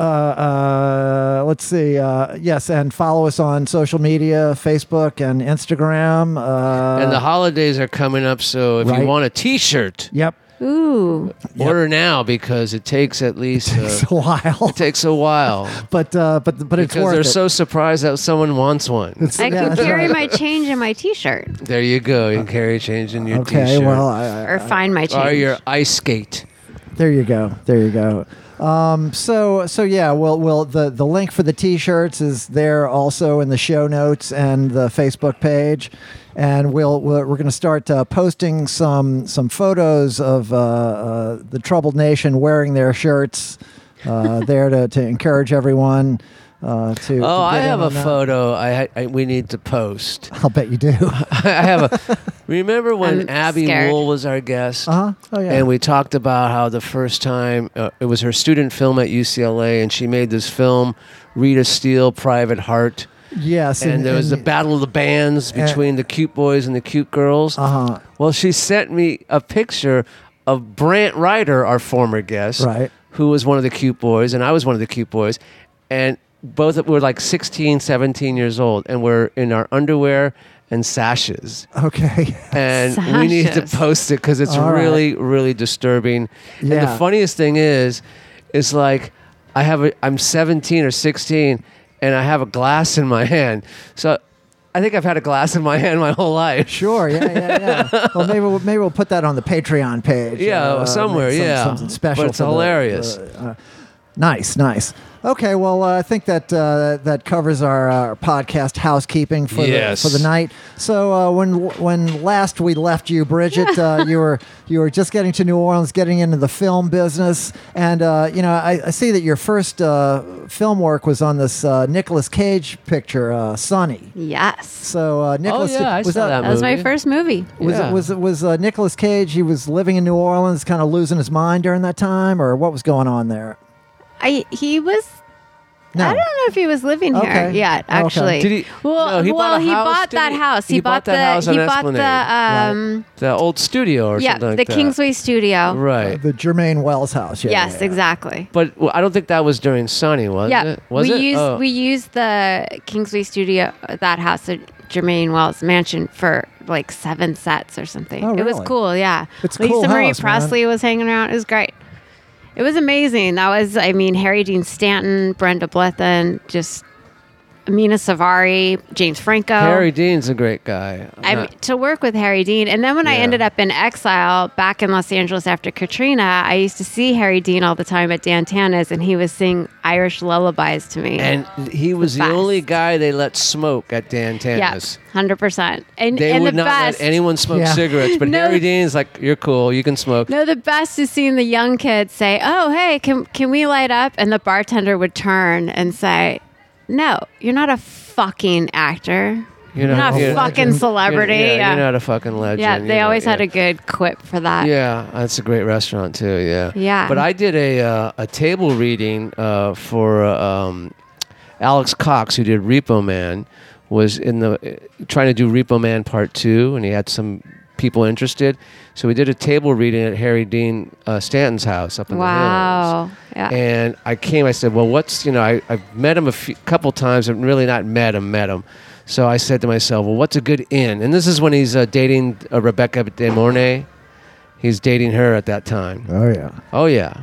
uh, uh, let's see. Uh, yes, and follow us on social media, Facebook and Instagram. Uh, and the holidays are coming up, so if right. you want a T-shirt, yep, Ooh, order now because it takes at least uh, it's a while. takes a while But uh, but but it's because worth they're it. so surprised that someone wants one. It's- I yeah, can that's carry right. my change in my T-shirt There you go. You can carry change in your Uh, Okay, T-shirt well, I, I, or find my change. or your ice skate. there you go, there you go. Um, so so yeah, well well the the link for the t-shirts is there also in the show notes and the Facebook page, and we'll we're, we're going to start uh, posting some some photos of uh, uh, the troubled nation wearing their shirts uh, there to, to encourage everyone. Uh, to to Oh, I get in have a on that. photo. I, ha- I we need to post. I'll bet you do. Uh-huh. I have a. Remember when I'm Abby scared. Wool was our guest? Uh-huh. Oh, yeah. And we talked about how the first time uh, it was her student film at UCLA, and she made this film, Rita Steele, Private Heart. yes, And, there was the battle of the bands between the cute boys and the cute girls. Uh-huh. Well, she sent me a picture of Brant Ryder, our former guest, Right. who was one of the cute boys, and I was one of the cute boys. And both were like 16, 17 years old, and we're in our underwear and sashes okay. and we need to Sashes. post it because it's All right. really really disturbing and Yeah. the funniest thing is it's like i have a i'm 17 or 16 and i have a glass in my hand so i think i've had a glass in my hand my whole life Sure. Yeah, yeah, yeah. well, maybe we'll, maybe we'll put that on the Patreon page. Yeah, somewhere, make some- yeah. something special. But it's for the- hilarious. the, uh, Nice, nice. Okay, well, uh, I think that uh, that covers our, our podcast housekeeping for Yes. the for the night. So uh, when when last we left you, Bridget, uh, you were you were just getting to New Orleans, getting into the film business, and uh, you know I, I see that your first uh, film work was on this uh, Nicolas Cage picture, uh, Sonny. Yes. So uh, Nicholas, Oh, yeah, I was saw That was my Movie. first movie. Was Yeah. it was it was uh, Nicolas Cage? He was living in New Orleans, kind of losing his mind during that time, or what was going on there? I he was No. I don't know if he was living here Okay. yet. Okay. Actually, Did he- Well, no, he bought well, a he house, bought didn't that he? house. He, He bought, bought the that house on he bought the Esplanade. um the old studio or yeah something the like that. Kingsway Studio. Right. The Jermaine Wells house. Yeah, Yes, yeah, yeah. exactly. But well, I don't think that was during Sunny, was yeah, it? Was we it? used Oh. we used the Kingsway Studio that house at Jermaine Wells Mansion for like seven sets or something. Oh, It was really? cool. Yeah, It's a Lisa cool Marie house, man. Presley was hanging around. It was great. It was amazing. That was I mean Harry Dean Stanton, Brenda Blethyn, just Amina Savari, James Franco. Harry Dean's a great guy. Uh, I'm um, I mean, not- to work with Harry Dean. And then when I Yeah. ended up in exile back in Los Angeles after Katrina, I used to see Harry Dean all the time at Dantana's, and he was singing Irish lullabies to me. and he was the, best. only guy they let smoke at Dan yeah, Tana's. hundred percent. And They and would the not best. let anyone smoke Yeah. cigarettes, but No. Harry Dean's like, "You're cool, you can smoke." no, the best is seeing the young kids say, "Oh, hey, can can we light up?" And the bartender would turn and say, "No, you're not a fucking actor. You're You're not- not you're a a fucking legend. celebrity." You're, yeah, yeah, you're not a fucking legend. Yeah, they You're not- always had yeah. a good quip for that. Yeah, that's a great restaurant too. Yeah. Yeah. But I did a uh, a table reading uh, for uh, um, Alex Cox, who did Repo Man, was in the uh, trying to do Repo Man Part Two, and he had some people interested. So we did a table reading at Harry Dean uh, Stanton's house up in the hills. Wow. Yeah. And I came, I said, Well, what's, you know, I, I've met him a few, couple times. I've really not met him, met him. So I said to myself, Well, what's a good inn? And this is when he's uh, dating uh, Rebecca De Mornay. He's dating her at that time. Oh yeah. Oh, yeah.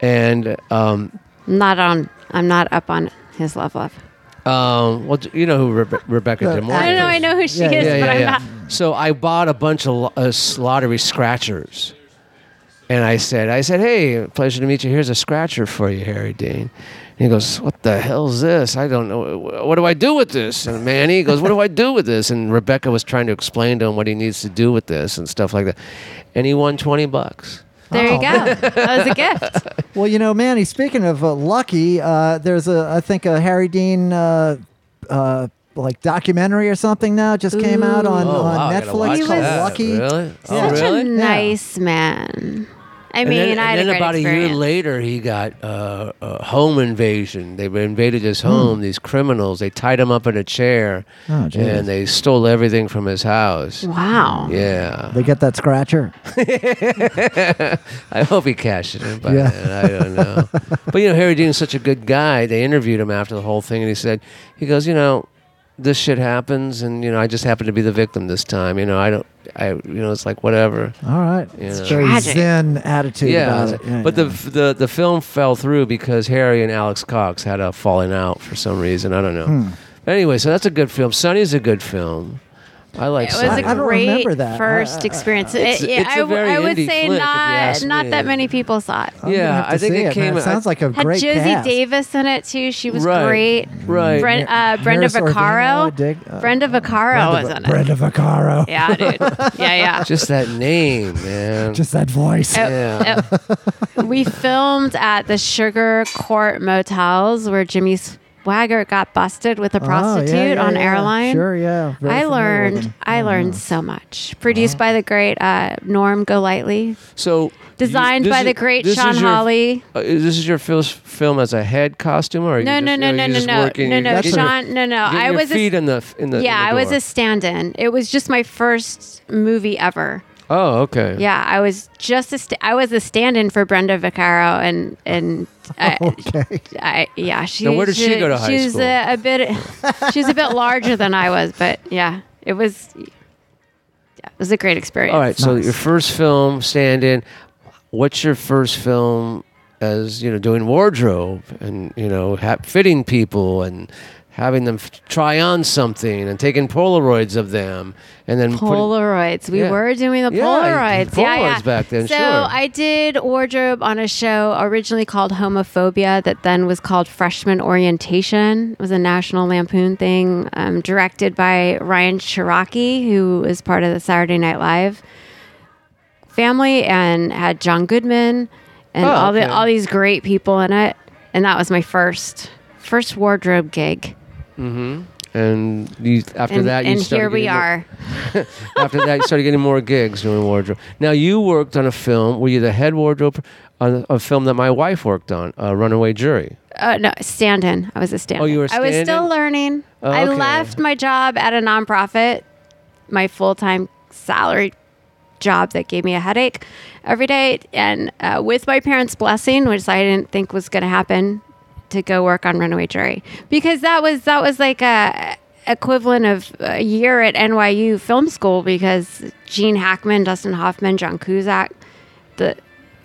And, um, not on. I'm not up on his love life. um, well, you know who Rebe- Rebecca De Mornay I don't know. I is. know who she Yeah, is, yeah, but yeah, I'm yeah. not. So I bought a bunch of lo- uh, s- lottery scratchers. And I said, I said, hey, pleasure to meet you. Here's a scratcher for you, Harry Dean. And he goes, what the hell's this? I don't know. Wh- What do I do with this? And Manny goes, what do I do with this? And Rebecca was trying to explain to him what he needs to do with this and stuff like that. And he won 20 bucks. There Oh. you go. That was a gift. Well, you know, Manny. Speaking of uh, lucky, uh, there's a I think a Harry Dean uh, uh, like documentary or something now just came out on, on Oh, wow, I gotta Netflix watch called that. Lucky. Really? Oh, Yeah. Such really? a nice man. I mean, and then, I had and then a great about a year experience. later, he got uh, a home invasion. They invaded his home. These criminals. They tied him up in a chair, Hmm. Oh, geez. and they stole everything from his house. Wow. Yeah, They get that scratcher. I hope he cashed it in by Yeah. then. I don't know, but you know, Harry Dean's such a good guy. They interviewed him after the whole thing, and he said, "He goes, you know, this shit happens, and you know, I just happened to be the victim this time. You know, I don't, I, you know, it's like whatever." All right. It's It's very tragic. zen attitude Yeah, about it. Yeah, but yeah. the the the film fell through because Harry and Alex Cox had a falling out for some reason. I don't know. Hmm. But anyway, so that's a good film. Sunny's a good film. I like. It was Sunny. I a don't great remember Uh, that. I- I- first experience. It- It's- it- it's a I w- very I would indie say flick, if you not ask not me. that many people saw it. I'm gonna yeah, have to I think see it man. came- I- sounds like a Had great Josie cast. Davis in it too. She was Right, great. right. Bren- uh, Mir- Brenda Miris Ordino, Vaccaro. Dig- uh, Brenda Vaccaro was in it. Brenda Vaccaro. Yeah, dude. Yeah, yeah. Just that name, man. Just that Oh, voice. Oh, yeah. we filmed at the Sugar Court Motels where Jimmy Swaggart got busted with a Oh, yeah, prostitute yeah, on yeah. airline. Sure, yeah. Very I familiar with learned. them. I Mm-hmm. Yeah. learned so much. Produced by the great uh, Norm Golightly. So Designed this by is- the great this Sean is your- Hawley. uh, is this is your first film as a head costumer? Or No, you no, just, no, or you no, no, just no, working- no, no, you're getting Sean, no, no. your- getting I your was feet a, in the in the in yeah, the I was door. a stand-in. It was just my first movie ever. oh, okay. Yeah, I was just a st- I was a stand-in for Brenda Vaccaro and and I, Okay. I yeah she. Now, where did she go to high she's school? A, a bit. she's a bit larger than I was, but yeah, it was. Yeah, it was a great experience. All right, so Nice. your first film, stand in. What's your first film as you know doing wardrobe and you know ha- fitting people and having them f- try on something and taking Polaroids of them, and then putting- Polaroids. We Yeah. were doing the Yeah, Polaroids. the yeah, yeah. Polaroids back then, So sure. I did wardrobe on a show originally called Homophobia, that then was called Freshman Orientation. It was a National Lampoon thing, um, directed by Ryan Cherokee, who is part of the Saturday Night Live family, and had John Goodman and Oh, all okay. the all these great people in it. And that was my first first wardrobe gig. and you, after And, that, you and started here we getting more- are. after that, you started getting more gigs doing wardrobe. Now you worked on a film. Were you the head wardrobe on a film that my wife worked on, uh, Runaway Jury? Uh, no, stand in. I was a stand in. Oh, you were a I was still stand-in? learning. Oh, I okay. left my job at a nonprofit, my full time salary job that gave me a headache every day. And uh, with my parents' blessing, which I didn't think was going to happen, to go work on Runaway Jury because that was that was like a equivalent of a year at NYU film school because Gene Hackman, Dustin Hoffman, John Cusack, the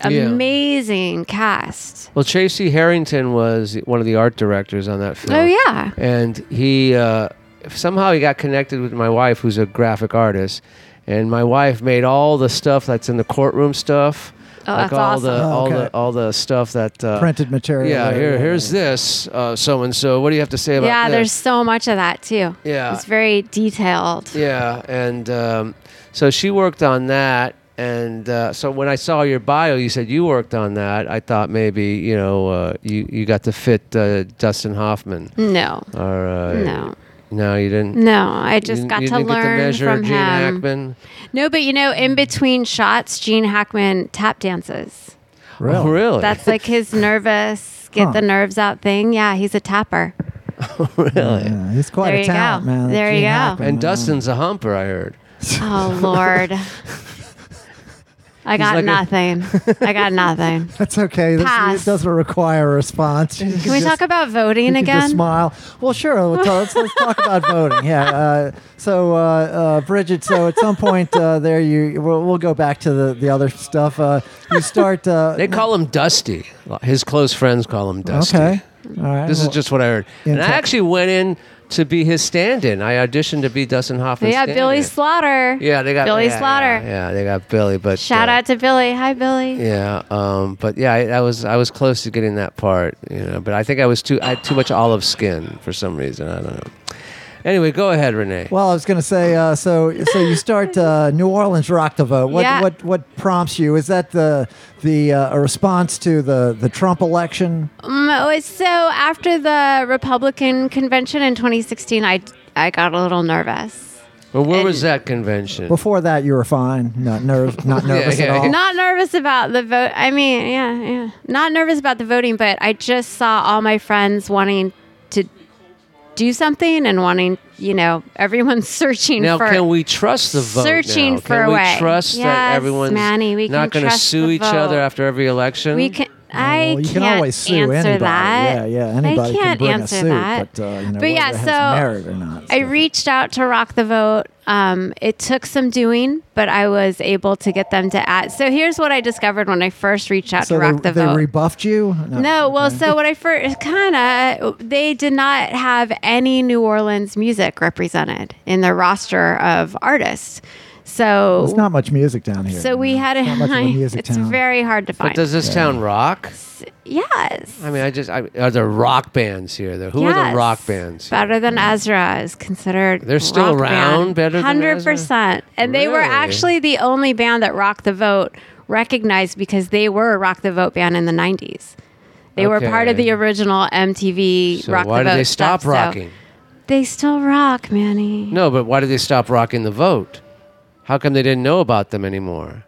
Yeah. amazing cast. Well, Tracy Harrington was one of the art directors on that film. Oh yeah. and he uh, somehow he got connected with my wife, who's a graphic artist, and my wife made all the stuff that's in the courtroom stuff, Oh, like that's all the awesome. Oh, all okay. the all the stuff that uh, Printed material. Yeah, here here's this so and so. What do you have to say about yeah this? there's so much of that too Yeah. it's very detailed Yeah, and um, so she worked on that. And uh, so when I saw your bio, you said you worked on that. I thought maybe you know uh, you you got to fit uh, Dustin Hoffman. no Or uh, no no, you didn't. no i just you, got you to didn't get to learn measure from Gene him Hackman. no but you know in between shots gene hackman tap dances Oh, Really? really? that's like his nervous get Huh. the nerves out thing yeah he's a tapper really. Yeah, he's quite There a you go. talent, man. that There you Gene go. Hackman, And man. Dustin's a humper, I heard. oh lord I got like a- nothing. I got nothing. That's okay. This, Pass. it doesn't require a response. You Can we just- talk about you voting can Just again? smile. Well, sure. Let's, let's, let's talk about voting. Yeah. Uh, so, uh, uh, Bridget. So, at some point uh, there, you we'll, we'll go back to the, the other stuff. Uh, you start. Uh, They call him Dusty. His close friends call him Dusty. okay. All right. This well, is just what I heard. And I Intel- actually went in to be his stand-in. I auditioned to be Dustin Hoffman's yeah, stand-in. Billy Slaughter. Yeah, they got Billy yeah, Slaughter. Yeah, yeah, they got Billy. But Shout uh, out to Billy. Hi, Billy. Yeah, um, but yeah, I, I was I was close to getting that part, you know. But I think I was too I had too much olive skin for some reason. I don't know. Anyway, go ahead, Renee. Well, I was going to say. Uh, so, so you start uh, New Orleans Rock the Vote. What, Yeah. what, what prompts you? Is that the the uh, a response to the the Trump election? Um, it was- so after the Republican convention in 2016, I I got a little nervous. Well, where and- was that convention? Before that, you were fine. Not nervous. Not nervous yeah, at all. yeah. Not nervous about the vote. I mean, yeah, yeah. Not nervous about the voting, but I just saw all my friends wanting to do something and wanting, you know, everyone's searching now, for. can we trust the vote? Searching now? for can a we way. trust that Yes, everyone's Manny, we not can going to trust sue the each other vote. after every election? we can. I well, Oh, you can't can always sue answer anybody. that. Yeah, yeah. Anybody I can can't bring answer a suit, that. but uh, you know, But whether yeah, it has so merit or not. I so- reached out to Rock the Vote. Um, it took some doing, but I was able to get them to add. So here's what I discovered when I first reached out so to they, Rock the they Vote. rebuffed you. no, well, so when I first kind of, they did not have any New Orleans music represented in their roster of artists. So, there's not much music down here. so we had a, not much of a music it's town. very hard to But find. does this town rock? yes. I mean, I just I, are there rock bands here? Though? Who are Yes. the rock bands? Better Than Ezra is considered. They're still rock around, band. Better Than Ezra? 100%. And they were Really? actually the only band that Rock the Vote recognized because they were a Rock the Vote band in the 90s. They were part of Okay. the original MTV So Rock why the Vote. did they stop stuff, so rocking? they still rock, Manny. No, but why did they stop rocking the vote? How come they didn't know about them anymore?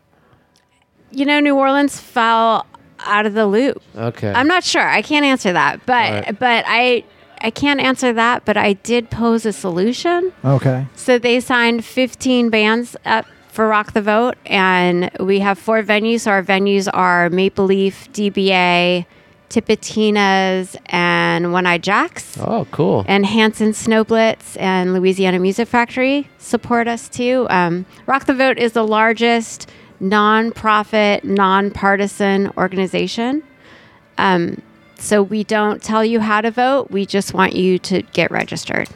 You know, New Orleans fell out of the loop. Okay. I'm not sure. I can't answer that. But All right. but I I can't answer that, but I did pose a solution. okay. So they signed 15 bands up for Rock the Vote, and we have four venues. So our venues are Maple Leaf, DBA, Tipitina's, and One Eye Jacks, Oh, cool. and Hanson Snowblitz and Louisiana Music Factory support us too. Um, Rock the Vote is the largest nonprofit, nonpartisan organization. Um, vote. So we don't tell you how to vote. We just want you to get registered.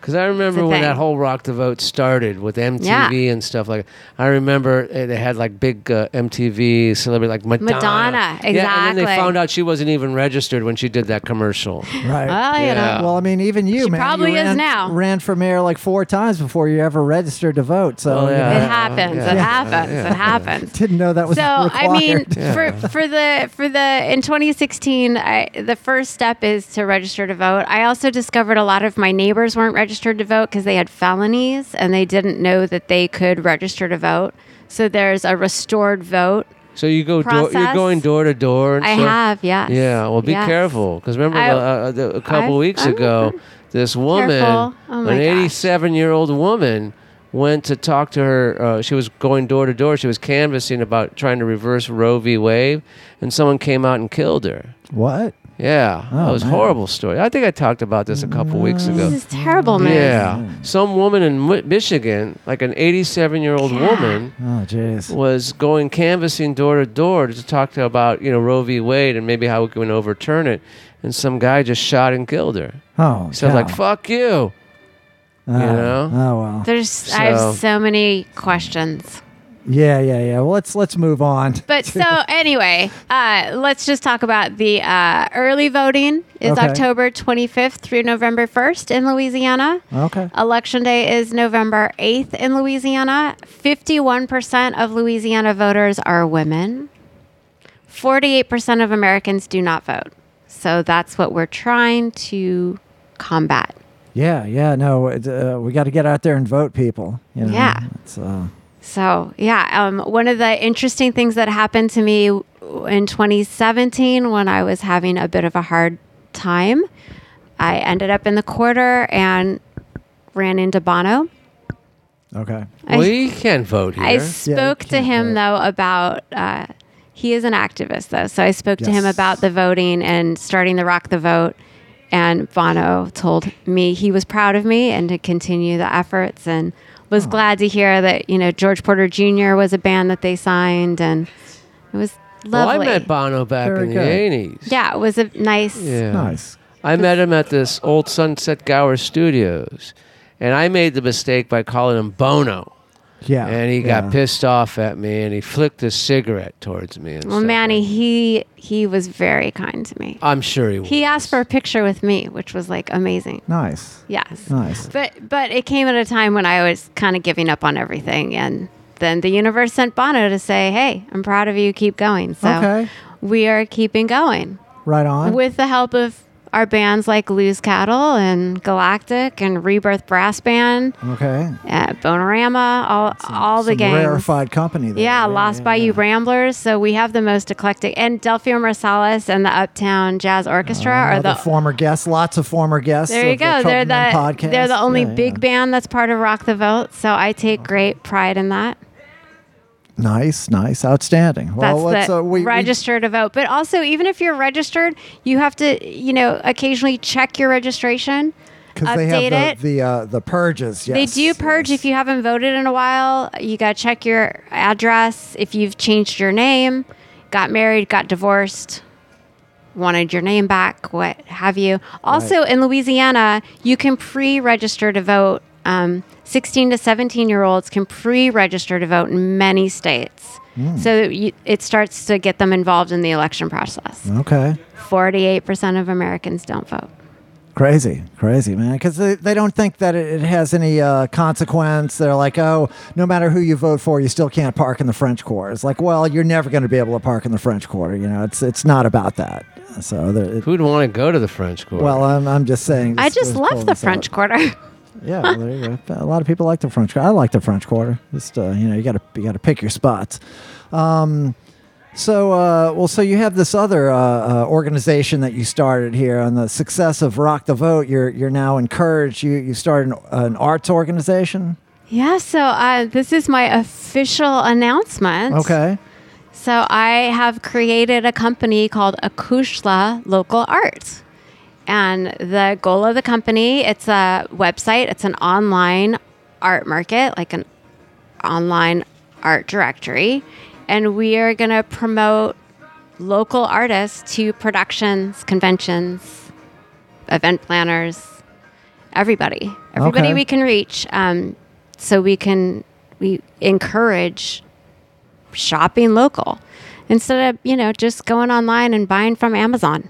Because I remember It's a when that thing. whole Rock the Vote started with MTV Yeah. and stuff like. I remember uh, they had like big uh, MTV celebrity like Madonna. Madonna, Yeah, and then they exactly. found out she wasn't even registered when she did that commercial. Right. Well, you Yeah. know. well, I mean, even you, Um, She man, probably you is ran, now. Ran for mayor like four times before you ever registered to vote. So Well, you yeah. know, It happens. Uh, yeah, It yeah, happens. yeah. It happens. didn't know that was so required. I mean, for for the for the in 2016, I, the first step is to register to vote. I also discovered a lot of my neighbors weren't registered to vote because they had felonies and they didn't know that they could register to vote. So there's a restored vote. So you go door, you're Process. going door to door. And I stuff? have, yes. Yeah. Well, be Yes. careful. 'Cause careful. Because remember I- the- uh, the- a couple I've- weeks I'm- ago, this woman, Careful. Oh my an gosh. 87 year old woman, went to talk to her. Uh, she was going door to door. She was canvassing about trying to reverse Roe v. Wade, and someone came out and killed her. what? Yeah, that Oh, was a man. horrible story. I think I talked about this a couple weeks ago. This is terrible, man. Yeah, some woman in Mi- Michigan, like an 87 year old Yeah. woman, Oh, jeez. was going canvassing door to door to talk to about you know Roe v. Wade and maybe how we can overturn it, and some guy just shot and killed her. Oh, So I was like, cow. "Fuck you." Oh, know? Oh well. There's I So- have so many questions. Yeah, yeah, yeah. Well, let's let's move on. But so anyway, uh, let's just talk about the uh, early voting is Okay. October 25th through November 1st in Louisiana. Okay. Election day is November 8th in Louisiana. 51% of Louisiana voters are women. 48% of Americans do not vote. So that's what we're trying to combat. Yeah, yeah. No, it, uh, we got to get out there and vote, people. You know? Yeah. It's, uh, So, yeah, um, one of the interesting things that happened to me w- in 2017 when I was having a bit of a hard time, I ended up in the quarter and ran into Bono. okay. I- we can't vote here. I spoke to can't him, vote. though, about uh, he is an activist, though. So I spoke to him Yes. about the voting and starting the Rock the Vote. And Bono told me he was proud of me and to continue the efforts and was glad to hear that, you know, George Porter Jr. was a band that they signed and it was well, I lovely. met Bono back Very in the good. eighties. yeah, it was a nice. Yeah. Nice. I met him at this old Sunset Gower Studios, and I made the mistake by calling him Bono, Yeah. and he yeah. got pissed off at me, and he flicked his cigarette towards me. And Well, stuff Manny, like- he he was very kind to me. I'm sure he. He was. asked for a picture with me, which was like amazing. Nice. Yes. Nice. But but it came at a time when I was kind of giving up on everything, and then the universe sent Bono to say, "Hey, I'm proud of you. Keep going." So Okay. we are keeping going Right on. with the help of our bands like Lose Cattle and Galactic and Rebirth Brass Band, okay. uh, Bonorama, all all the Some gangs. Rarefied company. There. Yeah, Lost yeah, Bayou yeah. Ramblers. So we have the most eclectic, and Delphio Marsalis and the Uptown Jazz Orchestra are Other the Oh, former guests. Lots of former guests. There you of the go. They're Troubleman the podcast. they're the only Yeah, yeah. big band that's part of Rock the Vote. So I take great pride in that. Nice, nice, outstanding. That's Well, let's the uh, we, we register to vote. But also, even if you're registered, you have to you know occasionally check your registration, because they update have it. the the, uh, the purges. Yes, they do purge yes. if you haven't voted in a while. You got to check your address if you've changed your name, got married, got divorced, wanted your name back, what have you. Also, in Louisiana, you can pre register to vote. Um, 16 to 17 year olds can pre register to vote in many states. Hmm. So you, it starts to get them involved in the election process. Okay, 48% of Americans don't vote. crazy, crazy man. Because they, they don't think that it, it has any uh, consequence. They're like, oh, no matter who you vote for, you still can't park in the French Quarter. It's like, well, you're never going to be able to park in the French Quarter. You know, it's it's not about that. So the, it, Who'd want to go to the French Quarter? well, I'm I'm just saying. I this- just this love pulling the this out. French Quarter. Yeah, well, there you go. A lot of people like the French. Quarter. I like the French Quarter. Just uh, you know, you got to you got to pick your spots. Um, so uh, well, so you have this other uh, uh, organization that you started here on the success of Rock the Vote. You're you're now encouraged. You you started an, an arts organization. Yeah, so uh, this is my official announcement. Okay. So I have created a company called Akushla Local Art. And the goal of the company, it's a website, it's an online art market, like an online art directory. And we are going to promote local artists to productions, conventions, event planners, everybody, everybody Okay. we can reach. Um, so we can we encourage shopping local instead of you know just going online and buying from Amazon.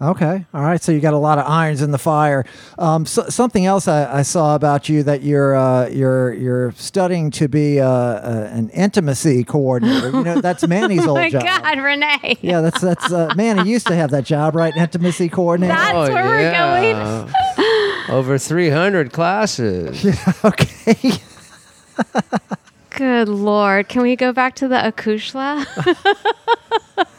Okay. All right. So you got a lot of irons in the fire. Um, so, something else I, I saw about you that you're uh, you're you're studying to be uh, uh, an intimacy coordinator. You know, that's Manny's old Oh my job. God, Renee. Yeah, that's that's uh, Manny used to have that job, right? Intimacy coordinator. That's where we're we're going. Oh, Over 300 classes. okay. Good Lord. Can we go back to the Akushla?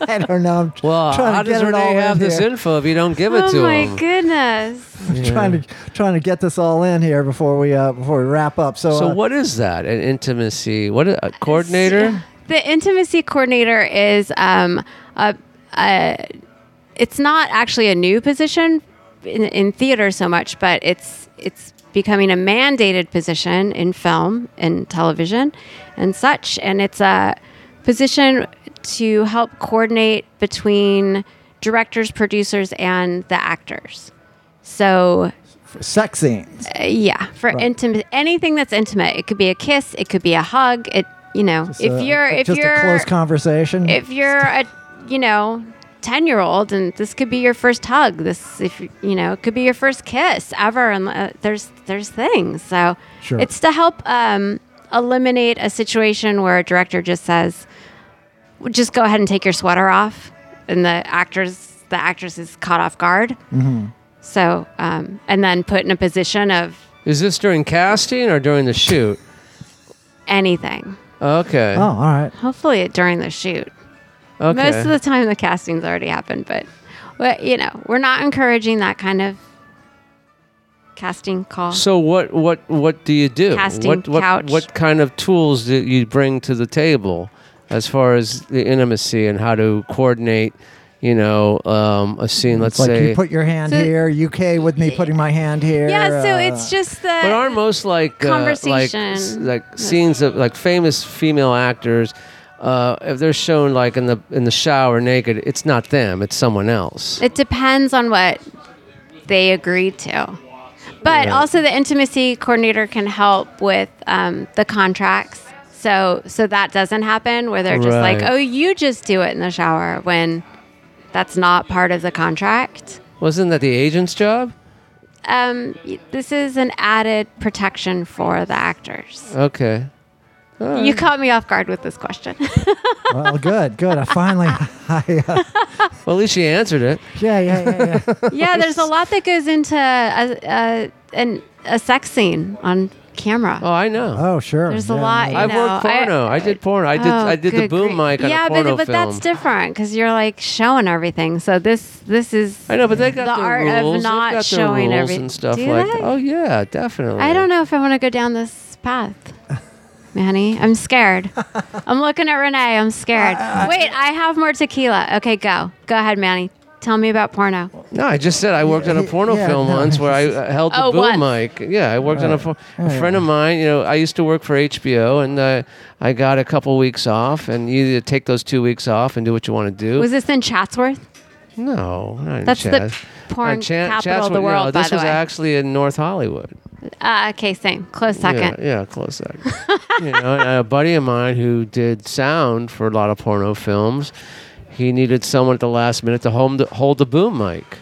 I don't know. I'm Well, trying how to get does it all Renee in have here. this info if you don't give it oh to my him? goodness. trying to trying to get this all in here before we uh, before we wrap up. So, So uh, what is that? An intimacy? What a coordinator? The intimacy coordinator is um, a, a, it's not actually a new position in, in theater so much, but it's it's becoming a mandated position in film and television and such, and it's a position to help coordinate between directors, producers, and the actors. So sex scenes. Uh, yeah, for intimate anything that's intimate. It could be a kiss, it could be a hug. It you know, if So, you're if Uh, just you're a close conversation. if you're a you know 10 year old and this could be your first hug this if you you know it could be your first kiss ever and uh, there's there's things so Sure. it's to help um, eliminate a situation where a director just says "Well, just go ahead and take your sweater off and the actors the actress is caught off guard Mm-hmm. so um, and then put in a position of Is this during casting or during the shoot? anything Okay. oh, all right. hopefully during the shoot okay. Most of the time, the casting's already happened, but well, you know, we're not encouraging that kind of casting call. so what what what do you do? Casting what what couch. what kind of tools do you bring to the table as far as the intimacy and how to coordinate, you know, um, a scene, It's let's like say you put your hand So- here, UK with me putting my hand here. yeah, so uh, it's just the But aren't most like uh, like Conversation. s- like scenes of like famous female actors? Uh, if they're shown like in the in the shower naked, it's not them; it's someone else. it depends on what they agreed to. But also, the intimacy coordinator can help with um, the contracts, so so that doesn't happen where they're just like, Right. oh, you just do it in the shower when that's not part of the contract. Wasn't that the agent's job? um, y- this is an added protection for the actors. Okay. Mm. You caught me off guard with this question. well, good, good. I finally, I, uh, Well, at least she answered it. yeah, yeah, yeah, yeah. yeah, there's a lot that goes into a, a, an, a sex scene on camera. Oh, I know. Oh, sure. There's a yeah, yeah. lot, you I've know, worked porno. I, did porno. I did Oh, I did the good boom grief. mic on yeah, a porno but, but film. that's different because you're like showing everything. So this this is I know, but they got the their art rules. of They've got not their showing rules everything and stuff Do like. they? that. Oh yeah, definitely. I don't know if I want to go down this path. Manny, I'm scared. I'm looking at Renee. I'm scared. Wait, I have more tequila. Okay, go. Go ahead, Manny. Tell me about porno. No, I just said I worked on a yeah, porno yeah, film no, once where I uh, held the Oh, boom mic. once. Yeah, I worked on a, fo- a friend of mine. You know, I used to work for HBO, and uh, I got a couple weeks off, and you either take those two weeks off and do what you want to do. Was this in Chatsworth? no, not in That's the Chas- porn on Uh, Chan- capital of the Chatsworth- world, No, by this the was way. actually in North Hollywood. Uh, okay, same. Close second. Yeah, yeah close second. you know, and a buddy of mine who did sound for a lot of porno films, he needed someone at the last minute to hold the, hold the boom mic.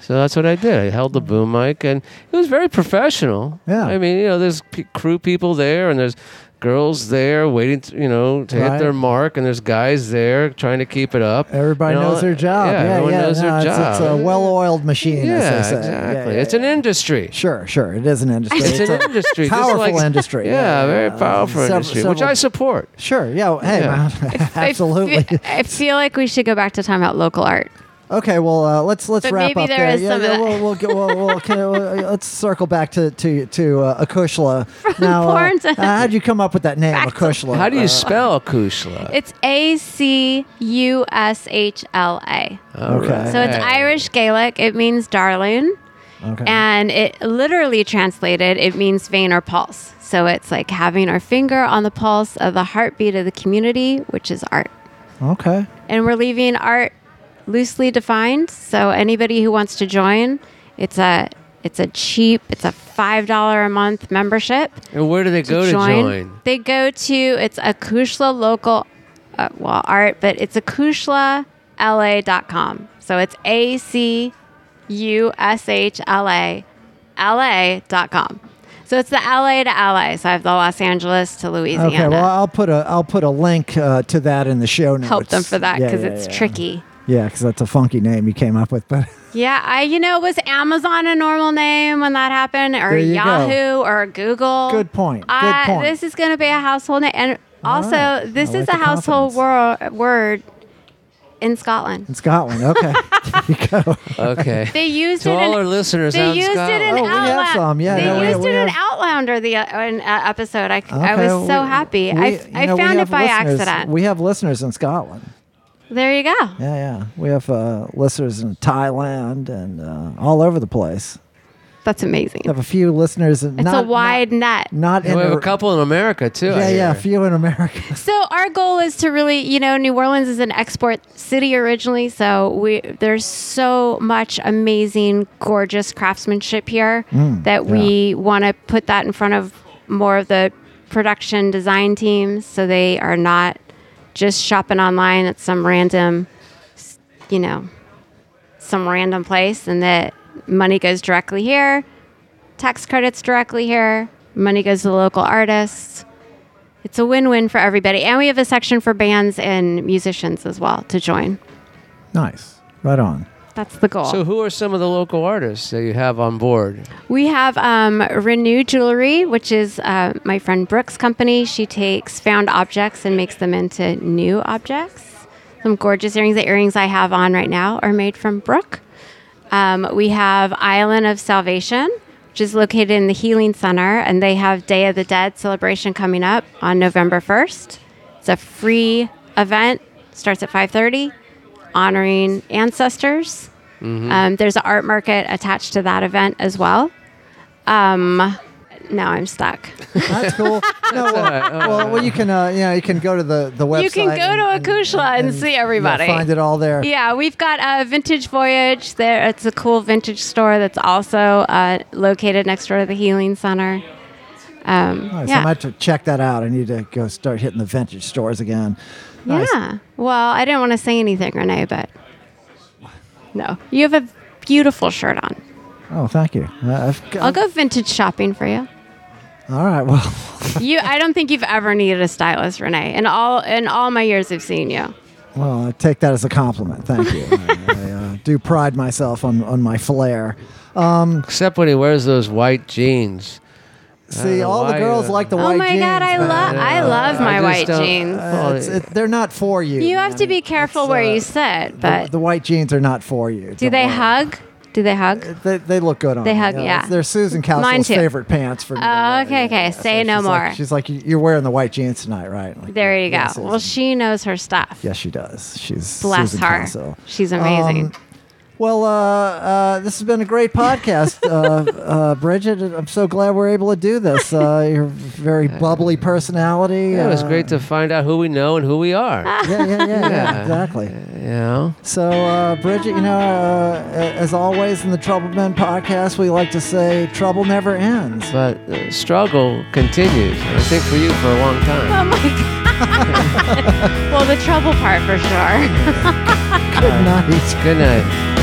So that's what I did. I held the boom mic, and it was very professional. Yeah. I mean, you know, there's p- crew people there, and there's girls there waiting, to, you know, to hit Right. their mark, and there's guys there trying to keep it up. Everybody You know, knows their job. Yeah, Yeah, everyone yeah, knows no, their it's, job. It's a well-oiled machine, yeah, as they say. Yeah, exactly. yeah, it's an yeah. industry. Sure, sure. It is an industry. It's an industry, just powerful like- industry. Yeah, very uh, powerful several- industry, which several- I support. Sure. Yeah. well, Hey, Yeah. man, I fe- absolutely. I feel like we should go back to time out local art. Okay, well, uh, let's let's But wrap maybe up there there. is yeah, some yeah, of that. we'll, we'll, get- we'll, we'll, okay, well, uh, let's circle back to to to uh, Akushla. Now, porn uh, to- how'd you come up with that name, Back to- Akushla? How do Uh, you spell Kushla? It's A C U S H L A. Okay. So it's Irish Gaelic. It means darling. Uh-huh. okay. And it literally translated, it means vein or pulse. So it's like having our finger on the pulse of the heartbeat of the community, which is art. Okay. and we're leaving art loosely defined. So anybody who wants to join, it's a it's a cheap, it's a five dollar a month membership. And where do they go to join? They go to it's Akushla local, uh, well art, but it's AkushlaLA.com. So it's A C U S H L A LA.com. So it's the LA to LA. So I have the Los Angeles to Louisiana. Okay. Well, I'll put a I'll put a link uh, to that in the show notes. Help them for that Yeah, because yeah, it's yeah. tricky. Yeah, because that's a funky name you came up with, but Yeah, I you know was Amazon a normal name when that happened, or There you go. Yahoo, or Google? Good point. Good I- point. This is going to be a household name, and All also right. this I is like a the household wor- word in Scotland. in Scotland. Okay. there you go. Okay. They used to it. all in, our listeners they out in used it in Scotland. Oh, we have Outla- some. Yeah, they no, we- used we it in have- Outlander the uh, in, uh, episode. I, I Okay, was so we- happy. we- I, you I know, we found it have by listeners- accident. We have listeners in Scotland. there you go. Yeah, yeah. We have uh, listeners in Thailand and uh, all over the place. That's amazing. We have a few listeners. In, It's not, a wide net. Not, not And in we have a- a couple in America too. I Yeah, yeah. A hear. few in America. So our goal is to really, you know, New Orleans is an export city originally, so we there's so much amazing, gorgeous craftsmanship here that we want to put that in front of more of the production design teams, so they are not just shopping online at some random, s- you know, some random place, and that money goes directly here, tax credits directly here, money goes to the local artists. It's a win-win for everybody, and we have a section for bands and musicians as well to join. nice. Right on. That's the goal. So who are some of the local artists that you have on board? we have um, Renew Jewelry, which is uh, my friend Brooke's company. She takes found objects and makes them into new objects. Some gorgeous earrings. The earrings I have on right now are made from Brooke. Um, we have Island of Salvation, which is located in the Healing Center, and they have Day of the Dead celebration coming up on November 1st. It's a free event, starts at 5:30, honoring ancestors. Um, there's an art market attached to that event as well. Um, now I'm stuck. That's cool. No, well, well, well, you can, uh, you know, you can go to the the website. You can go to and- Akushla and, see yeah, everybody. find it all there. Yeah, we've got a Vintage Voyage there. It's a cool vintage store that's also uh, located next door to the Healing Center. Um, Nice. I yeah. might have to check that out. I need to go start hitting the vintage stores again. Nice. yeah. Well, I didn't want to say anything, Renee, but no. You have a beautiful shirt on. Oh, thank you. Uh, I've, I'll go vintage shopping for you. All right. Well, You, I don't think you've ever needed a stylist, Renee. In all, in all my years of seeing you. Well, I take that as a compliment. Thank you. I, I uh, do pride myself on, on my flair. Except when he wears those white jeans. See, know all the why, girls uh, like the Oh white my jeans. God, I man. love, I know. love I my just white don't- jeans. Oh, Uh, it's, it, they're not for you. You have to man. be careful where uh, you sit, but the, the white jeans are not for you. do they hug? Do they hug? They, they look good on. They you. hug, yeah. it's- They're Susan Mine Castle's too. favorite pants for me. to Oh, wear, okay, okay. Say no she's like- more. she's like, "You- you're wearing the white jeans tonight, right? Like, There you go. yeah, well, Susan. she knows her stuff. Yes, she does. She's Bless Susan her. Castle. She's amazing. Um, Well, uh, uh, this has been a great podcast, uh, uh, Bridget. I'm so glad we're able to do this. Uh, your very bubbly personality. Yeah, it was uh, great to find out who we know and who we are. Yeah, yeah, yeah, yeah, Yeah. exactly. You know? So, uh, Bridget, you know, uh, a- as always in the Trouble Men podcast, we like to say trouble never ends. But uh, struggle continues. and I think for you for a long time. Um, oh my god. well, the trouble part for sure. uh, Good night. Good night.